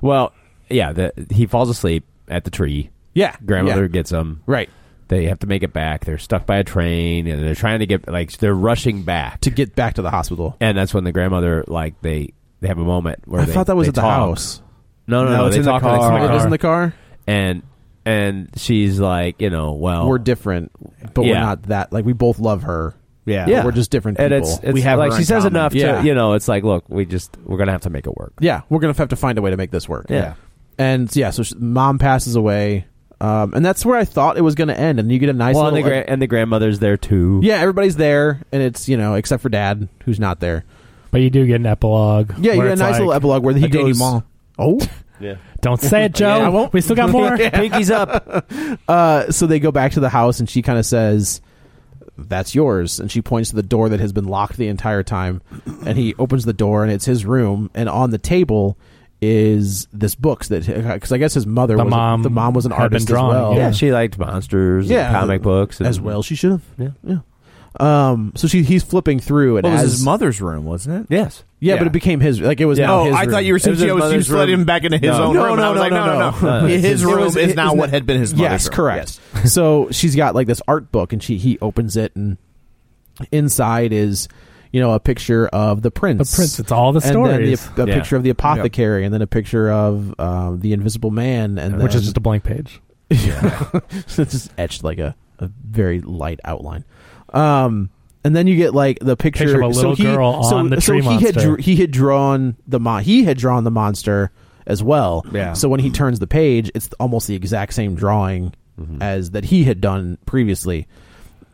well yeah the, he falls asleep at the tree
yeah
grandmother
yeah.
gets him
right
they have to make it back they're stuck by a train and they're trying to get like they're rushing back
to get back to the hospital
and that's when the grandmother like they they have a moment where
i
they,
thought that was
they
at the
talk. Uh-huh.
house
no no
no,
no
it's
they
in
talk
the car.
It's in the car.
It is in the car
and and she's like you know well
we're different but
Oh. Yeah.
we're not that like we both love her
Yeah,
but we're just different people.
And it's, it's
We have
like
her
she
in
says
common.
enough
Yeah.
to you know. It's like look, we just we're gonna have to make it work.
yeah, we're gonna have to find a way to make this work.
Yeah.
and yeah, so sh mom passes away, um, and that's where I thought it was gonna end, and you get a nice
well, and
little
the gra-
like-
and the grandmother's there too.
yeah, everybody's there, and it's you know except for dad who's not there.
But you do get an epilogue.
Yeah, you
where
get a
it's
nice
like,
little epilogue where he
A
goes,
denouement.
oh.
yeah.
Don't say it, Joe.
I won't.
We still got more.
Pinkies up.
Uh, so they go back to the house, and she kind of says, "That's yours." And she points to the door that has been locked the entire time. And he opens the door, and it's his room. And on the table is this books that because I guess his mother,
The
was
mom
the mom was an
had been
artist
drawing,
as well.
yeah.
Yeah, she liked monsters,
Yeah,
and comic books and,
as well. She should have.
Yeah.
yeah. Um. So she he's flipping through, and
Well, it was
as
his mother's room, wasn't it?
Yes.
yeah,
yeah.
but it became his. Like it was.
Yeah.
now
Oh,
his
I
room.
thought you
It
were
was
saying
his
you was- you
mother's
slid
room.
him back into his
No.
own
No,
room. and
no,
I was
no,
like,
no,
no, no, no.
no.
His
It was-
room
it-
is now
isn't
what
it-
had been his mother's
yes,
room.
correct. so she's got like this art book, and she he opens it, and inside is you know a picture of the prince,
The prince, it's all the
and then the-
stories.
a
Yeah.
picture of the apothecary, and then a picture of um, the invisible man, and
Which
then-
is just a blank page.
it's just etched like a, a very light outline. Um, and then you get like the picture,
Picture of a
so
little
he,
girl
so,
on the
so
tree
he
monster.
had dr- he had drawn the mon- he had drawn the monster, as well.
Yeah.
So when he turns the page, it's almost the exact same drawing
Mm-hmm.
as that he had done previously.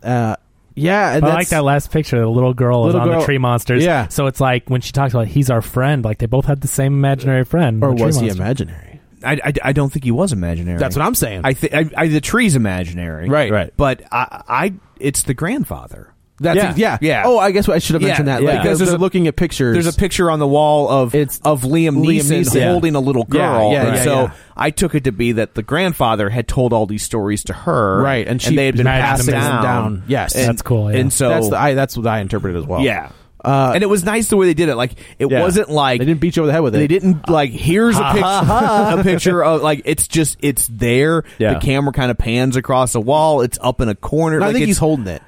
Uh, yeah, and
But I like
that's-
that last picture. The little girl
Little
is on
girl-
the tree monsters.
yeah.
So it's like when she talks about he's our friend. Like they both had the same imaginary friend.
Or
the tree
was he
monster.
imaginary?
I, I, I don't think he was imaginary.
That's what I'm saying.
I think I, I, the tree's imaginary,
Right. Right.
But I, I it's the grandfather.
That's
yeah,
yeah. yeah,
yeah.
Oh, I guess I should have
Yeah,
mentioned that
yeah.
like, because
Because there's
they're
a-
looking at pictures.
There's a picture on the wall of
It's-
of Liam
Liam
Neeson,
Neeson.
holding a little
Yeah,
girl,
yeah,
and
yeah,
so
yeah.
I took it to be that the grandfather had told all these stories to her,
Right, and she
they had been
passed
passing
them
down.
down. Yes.
And-
That's
cool, yeah.
And so
that's the I, that's what I interpreted as well.
yeah.
Uh,
and it was nice the way they did it. Like it
yeah.
wasn't like
they didn't beat you over the head with it.
They didn't like. Here's a
Ha,
picture,
ha, ha.
a picture of like it's just it's there.
Yeah.
The camera kind of pans across the wall. It's up in a corner.
No,
like
I think
it's,
he's holding it.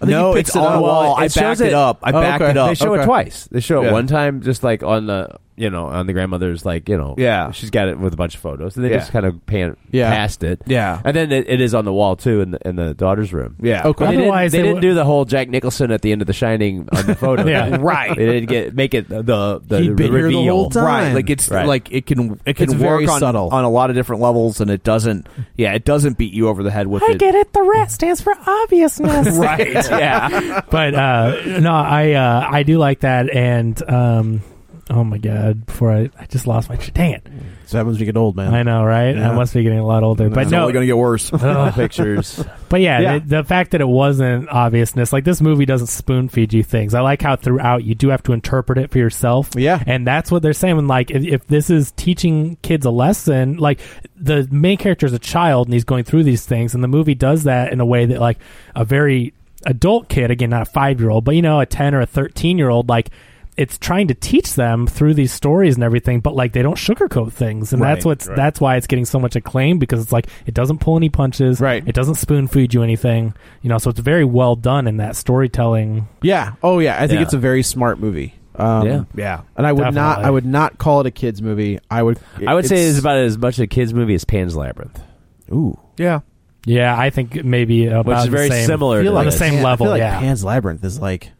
I think
no,
he
it's
picks it
on
up.
the wall.
Well,
I
it shows
backed it
it.
up. I
Oh,
backed
okay.
it up.
They
They
show
Okay.
it twice. They show it
Yeah.
one time, just like on the you know on the grandmother's like you know
Yeah.
she's got it with a bunch of photos, and they
Yeah.
just kind of pan
Yeah.
past it.
Yeah.
and then it, it is on the wall too in the, in the daughter's room.
Yeah.
But they didn't,
Otherwise,
they
they
didn't
would-
do the whole Jack Nicholson at the end of The Shining on the photo.
Yeah.
Right.
They didn't get make it the the, the
He'd been here the
reveal.
whole time.
Right, like it's
Right.
like it can it can
It's
work
very
on,
subtle.
on a lot of different levels, and it doesn't. Yeah, it doesn't beat you over the head with
I
it.
get it. The rat stands for obviousness.
Right? yeah,
but uh, no, I uh, I do like that. And um, oh my god, before I, I just lost my tr- dang it.
So happens when you get old, man.
I know, right?
Yeah.
I must be getting a lot older. But
it's
no,
only going to get worse.
Ugh.
pictures.
But yeah,
Yeah.
The, the fact that it wasn't obviousness, like this movie doesn't spoon feed you things. I like how throughout you do have to interpret it for yourself.
Yeah.
and that's what they're saying. When like if, if this is teaching kids a lesson, like the main character is a child and he's going through these things, and the movie does that in a way that like a very adult kid, again, not a five year old, but you know, a ten or a thirteen year old, like. It's trying to teach them through these stories and everything, but like they don't sugarcoat things, and that's
Right,
what's
right.
that's why it's getting so much acclaim because it's like it doesn't pull any punches,
Right.
It doesn't spoon feed you anything, you know. So it's very well done in that storytelling.
Yeah. Oh yeah. I think
Yeah.
it's a very smart movie. Um,
Yeah.
yeah,
And I would not.
Definitely.
I would not call it a kids movie. I would.
I would say it's about as much a kids movie as Pan's Labyrinth,
ooh.
yeah.
Yeah, I think maybe about
which is
the
very
same-
similar.
I feel
to
on the
this.
same
Pan- I
level.
feel like
yeah,
Pan's Labyrinth is like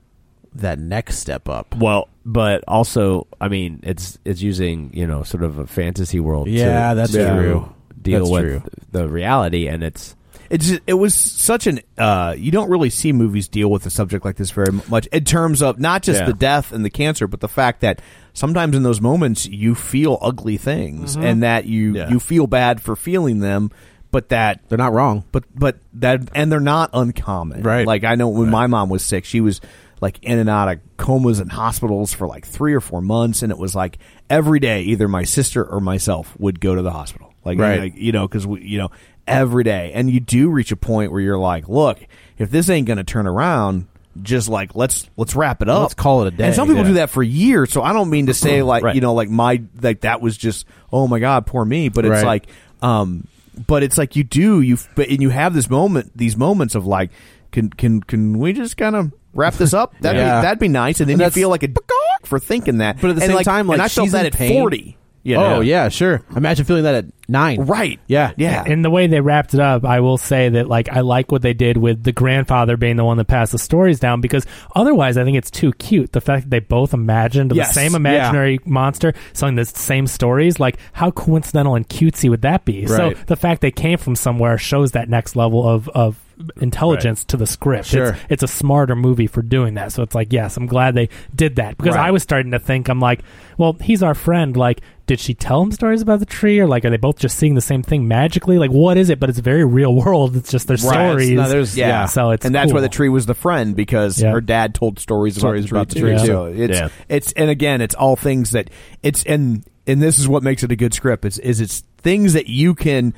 that next step up.
Well, but also, I mean, it's it's using you know sort of a fantasy world.
Yeah,
to,
that's
to
true.
Deal
That's
with
true.
the reality, and it's
It's just, it was such an uh, you don't really see movies deal with a subject like this very much in terms of not just
Yeah.
the death and the cancer, but the fact that sometimes in those moments you feel ugly things and that you
Mm-hmm. Yeah.
you feel bad for feeling them, but that
They're not wrong.
but but that and they're not uncommon
Right.
like i know when my mom was sick she was like in and out of comas and hospitals for like three or four months and it was like every day either my sister or myself would go to the hospital like,
Right.
like, you know because we you know every day and you do reach a point where you're like look if this ain't gonna turn around just like let's let's wrap it up
Let's call it a day.
and some people
Yeah.
do that for years so i don't mean to say like
Right.
you know like my like that was just oh my god poor me but it's
Right.
like um but it's like you do you but and you have this moment these moments of like can can can we just kind of wrap this up that'd
Yeah.
be that'd be nice and then
And
you
that's-
feel like a dog for thinking that
But at the
And,
same time, like,
and i felt
she's
that
in
at
pain.
40 you
Oh
know?
yeah, sure. Imagine feeling that at nine.
right
Yeah.
yeah
And the way they wrapped it up, I will say that like I like what they did with the grandfather being the one that passed the stories down because otherwise I think it's too cute. The fact that they both imagined
Yes,
the same
yeah.
imaginary monster telling the same stories, like how coincidental and cutesy would that be? So
Right.
the fact they came from somewhere shows that next level of of intelligence to the script.
Sure.
It's, it's a smarter movie for doing that. So it's like, yes, I'm glad they did that because
Right.
I was starting to think I'm like, well, he's our friend. Like, did she tell him stories about the tree, or like, are they both just seeing the same thing magically? Like, what is it? But it's very real world. It's just their
Right.
stories.
No, there's- yeah.
So it's
and that's why
cool.
the tree was the friend because
Yeah.
her dad told stories about
Stories
the tree
about the
too.
tree, too.
So it's
Yeah.
it's and again it's all things that it's and and this is what makes it a good script is is it's things that you can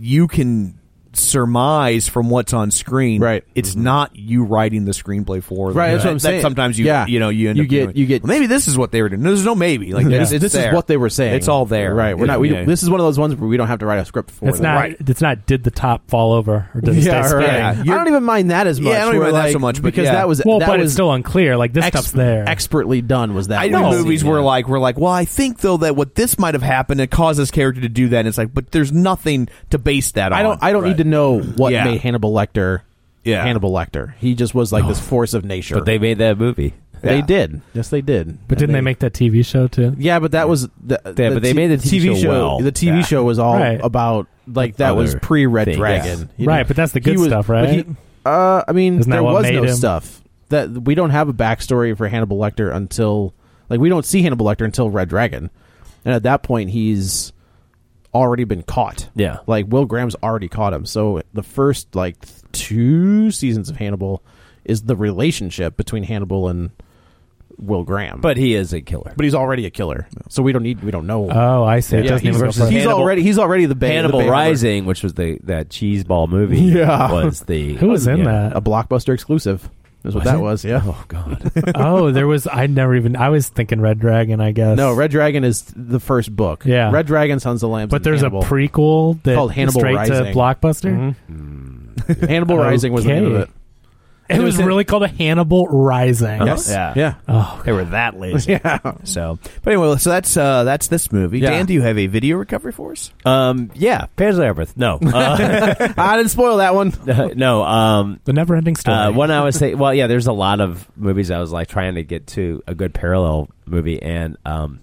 you can surmise from what's on screen.
Right. Mm-hmm.
It's not you writing the screenplay for them.
Right, that's what I'm
That-
saying.
sometimes you
Yeah.
you know you end
You
up
get-
doing-
you get-
"Well, maybe this is what they were doing. There's no maybe like
Yeah.
it's- it's
this is
there.
what they were saying.
It's all there.
Right. We're
Yeah.
not. We,
Yeah.
This is one of those ones where we don't have to write a script for.
It's
them.
not. It's not. Did the top fall over or did it
Yeah,
stay spinning?
right. I don't even mind that as
Yeah,
much.
I don't even
We're
mind that
like-
so much, but
because
yeah.
that was
Well,
that
but
was
it's still unclear. Like this
ex-
stuff's there.
expertly done. Was that
I
one
know
scene,
movies were
yeah.
like we're like, well, I think though that what this might have happened and caused this character to do that. And it's like, but there's nothing to base that on.
I don't. I don't need to know what
Yeah.
made Hannibal Lecter.
Yeah.
Hannibal Lecter. He just was like this force of nature.
but they made that movie.
They did. Yes, they did.
But didn't they,
they
make that TV show too?
Yeah, but that was the, the
but they
t-
made the TV show well.
The TV
Yeah.
show was all
Right.
about like that was
Other
pre Red
things.
Dragon, you
Right,
know.
but that's the
He
good
was-
stuff,
but he-
right?
uh, I mean,
Isn't that
there
what
was
made
no
him?
stuff that we don't have a backstory for Hannibal Lecter until like we don't see Hannibal Lecter until Red Dragon, and at that point he's already been caught.
Yeah.
like Will Graham's already caught him. So the first like th- two seasons of Hannibal is the relationship between Hannibal and Will Graham.
But he is a killer.
But he's already a killer, so we don't need we don't know.
Oh, I see. It
Yeah,
doesn't
he's,
even go
Uh, versus-
far.
he's
Hannibal-
already he's already the Bane.
Hannibal
the Bane
Rising, which was the that cheese ball movie,
Yeah.
was the
Who was in
yeah.
that?
a blockbuster exclusive. Is what
Was
that
it?
was. Yeah.
Oh God,
oh, there was. I never even. I was thinking Red Dragon. I guess
No, Red Dragon is the first book.
Yeah.
Red Dragon, Sons of Lambs.
But
and
there's
Hannibal.
a prequel that
Called Hannibal
straight to
Rising. Mm-hmm.
Blockbuster.
Hannibal Rising was the name of
Okay.
it. It
It, was,
was in-
really called a Hannibal Rising.
Yes. Yeah.
Yeah.
Oh,
they were that lazy.
Yeah.
So,
But anyway, so that's uh, that's this movie.
Yeah.
Dan, do you have a video recovery for us?
um, yeah, Pan's Labyrinth. No, uh,
I didn't spoil that one.
no. Um,
the never-ending story.
Uh, one I was saying, well, yeah, there's a lot of movies I was like trying to get to a good parallel movie, and um,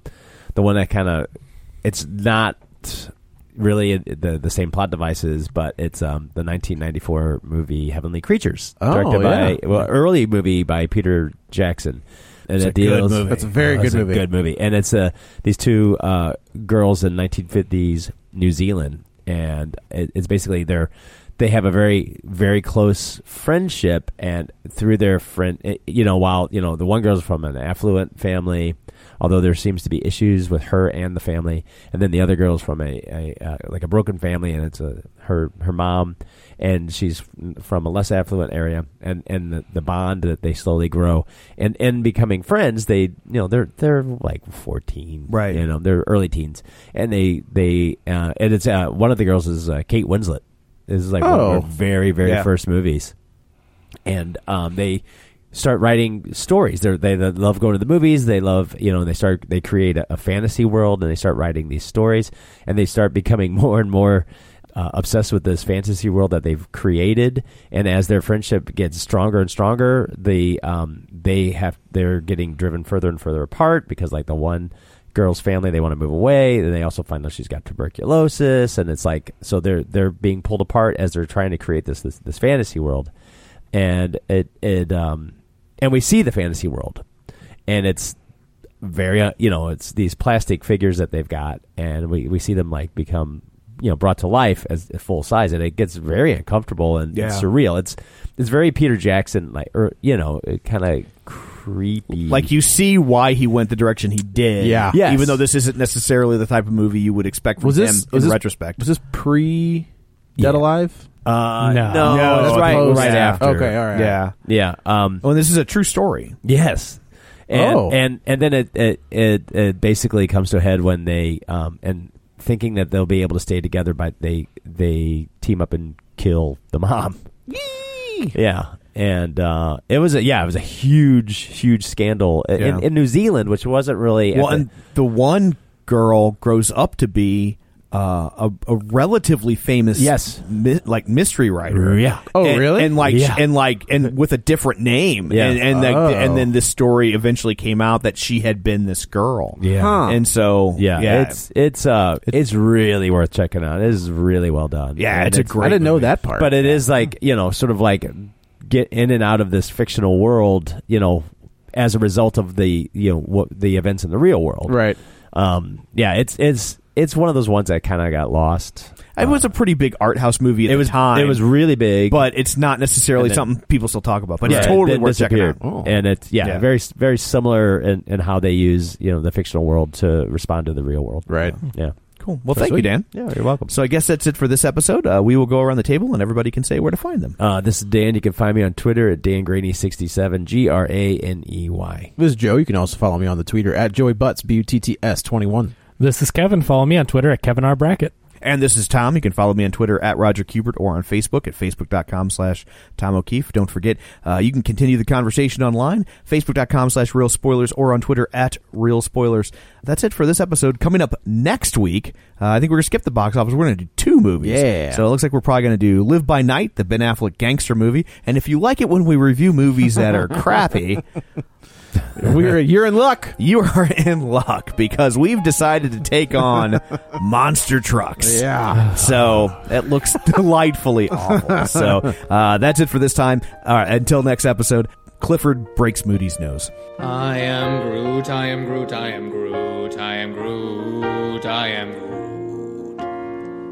the one that kind of it's not really the the same plot devices, but it's um, the 1994 movie Heavenly Creatures,
Oh,
directed
yeah.
by well, early movie by Peter Jackson. And
It's
it
a good
deals-
movie. That's
a very
Oh,
good
it's
movie.
Good movie, and it's uh, these two uh, girls in 1950s New Zealand, and it, it's basically they're they have a very very close friendship, and through their friend, eh, you know, while you know the one girl's from an affluent family, although there seems to be issues with her and the family, and then the other girl's from a, a uh, like a broken family, and it's a her her mom, and she's from a less affluent area, and and the, the bond that they slowly grow, and and becoming friends, they you know they're they're like fourteen,
Right.
You know they're early teens, and they they uh, and it's uh, one of the girls is uh, Kate Winslet. This is like one
Oh.
of her very very
Yeah.
first movies, and um, they start writing stories. They're, they they love going to the movies. They love you know they start they create a, a fantasy world and they start writing these stories and they start becoming more and more. Uh, obsessed with this fantasy world that they've created, and as their friendship gets stronger and stronger, the um, they have they're getting driven further and further apart because like the one girl's family they want to move away and they also find out she's got tuberculosis and it's like so they're they're being pulled apart as they're trying to create this this, this fantasy world and it it um and we see the fantasy world and it's very uh, you know it's these plastic figures that they've got and we we see them like become you know brought to life as full size and it gets very uncomfortable and
Yeah.
surreal it's it's very peter jackson like or you know kind of creepy
Like you see why he went the direction he did.
Yeah.
Yes.
Even though this isn't necessarily the type of movie you would expect from
Was this
him
was
in
this,
retrospect.
Was this pre
Yeah.
Dead Alive?
uh
No.
no,
No,
Oh,
it's
it's
right
close.
right
Yeah.
after
Okay, all right.
yeah.
yeah um
Oh, and this is a true story.
Yes. And,
Oh.
and and then it it, it it basically comes to a head when they um and thinking that they'll be able to stay together, but they they team up and kill the mom. Yeah, and uh, it was a yeah, it was a huge huge scandal in,
Yeah.
in New Zealand, which wasn't really at
Well,
the-
and the one girl grows up to be uh, a, a relatively famous,
Yes.
mi- like mystery writer.
Yeah.
Oh,
And-
really?
And like,
Yeah.
and like, and with a different name.
Yeah.
And, and, like,
Oh.
and then this story eventually came out that she had been this girl.
Yeah.
Huh.
And so,
yeah, it's it's uh it's really worth checking out. It is really well done.
Yeah,
And
it's a great
I didn't know
movie.
that part.
But it is like you know, sort of like get in and out of this fictional world, you know, as a result of the you know what the events in the real world.
right.
Um. Yeah. It's it's it's one of those ones that kind of got lost. Um,
it was a pretty big art house movie at
It
the
was
time.
It was really big,
but it's not necessarily
And then-
something people still talk about. But
Yeah,
it's
it
totally
di-
worth checking out. Oh.
disappeared. And it's yeah,
Yeah.
very very similar in, in how they use you know the fictional world to respond to the real world.
Right.
Yeah.
cool. Well, thank you, Dan.
Yeah. You're welcome.
So I guess that's it for this episode. Uh, we will go around the table and everybody can say where to find them.
Uh, this is Dan. You can find me on Twitter at DanGraney67, G R A N E Y.
This is Joe. You can also follow me on the Twitter at Joey Butts B U T T S twenty one.
This is Kevin. Follow me on Twitter at Kevin R Brackett.
And this is Tom. You can follow me on Twitter at Roger Kubert or on Facebook at facebook.com slash Tom O'Keefe. Don't forget, uh, you can continue the conversation online, facebook.com slash real spoilers or on Twitter at real spoilers. That's it for this episode. Coming up next week, uh, I think we're going to skip the box office. We're going to do two movies.
Yeah.
So it looks like we're probably going to do Live by Night, the Ben Affleck gangster movie. And if you like it when we review movies that are crappy,
We're you're in luck.
You are in luck because we've decided to take on monster trucks.
Yeah.
So it looks delightfully awful. So uh, that's it for this time. All right, until next episode. Clifford breaks Moody's nose.
I am Groot. I am Groot. I am Groot. I am Groot. I am Groot.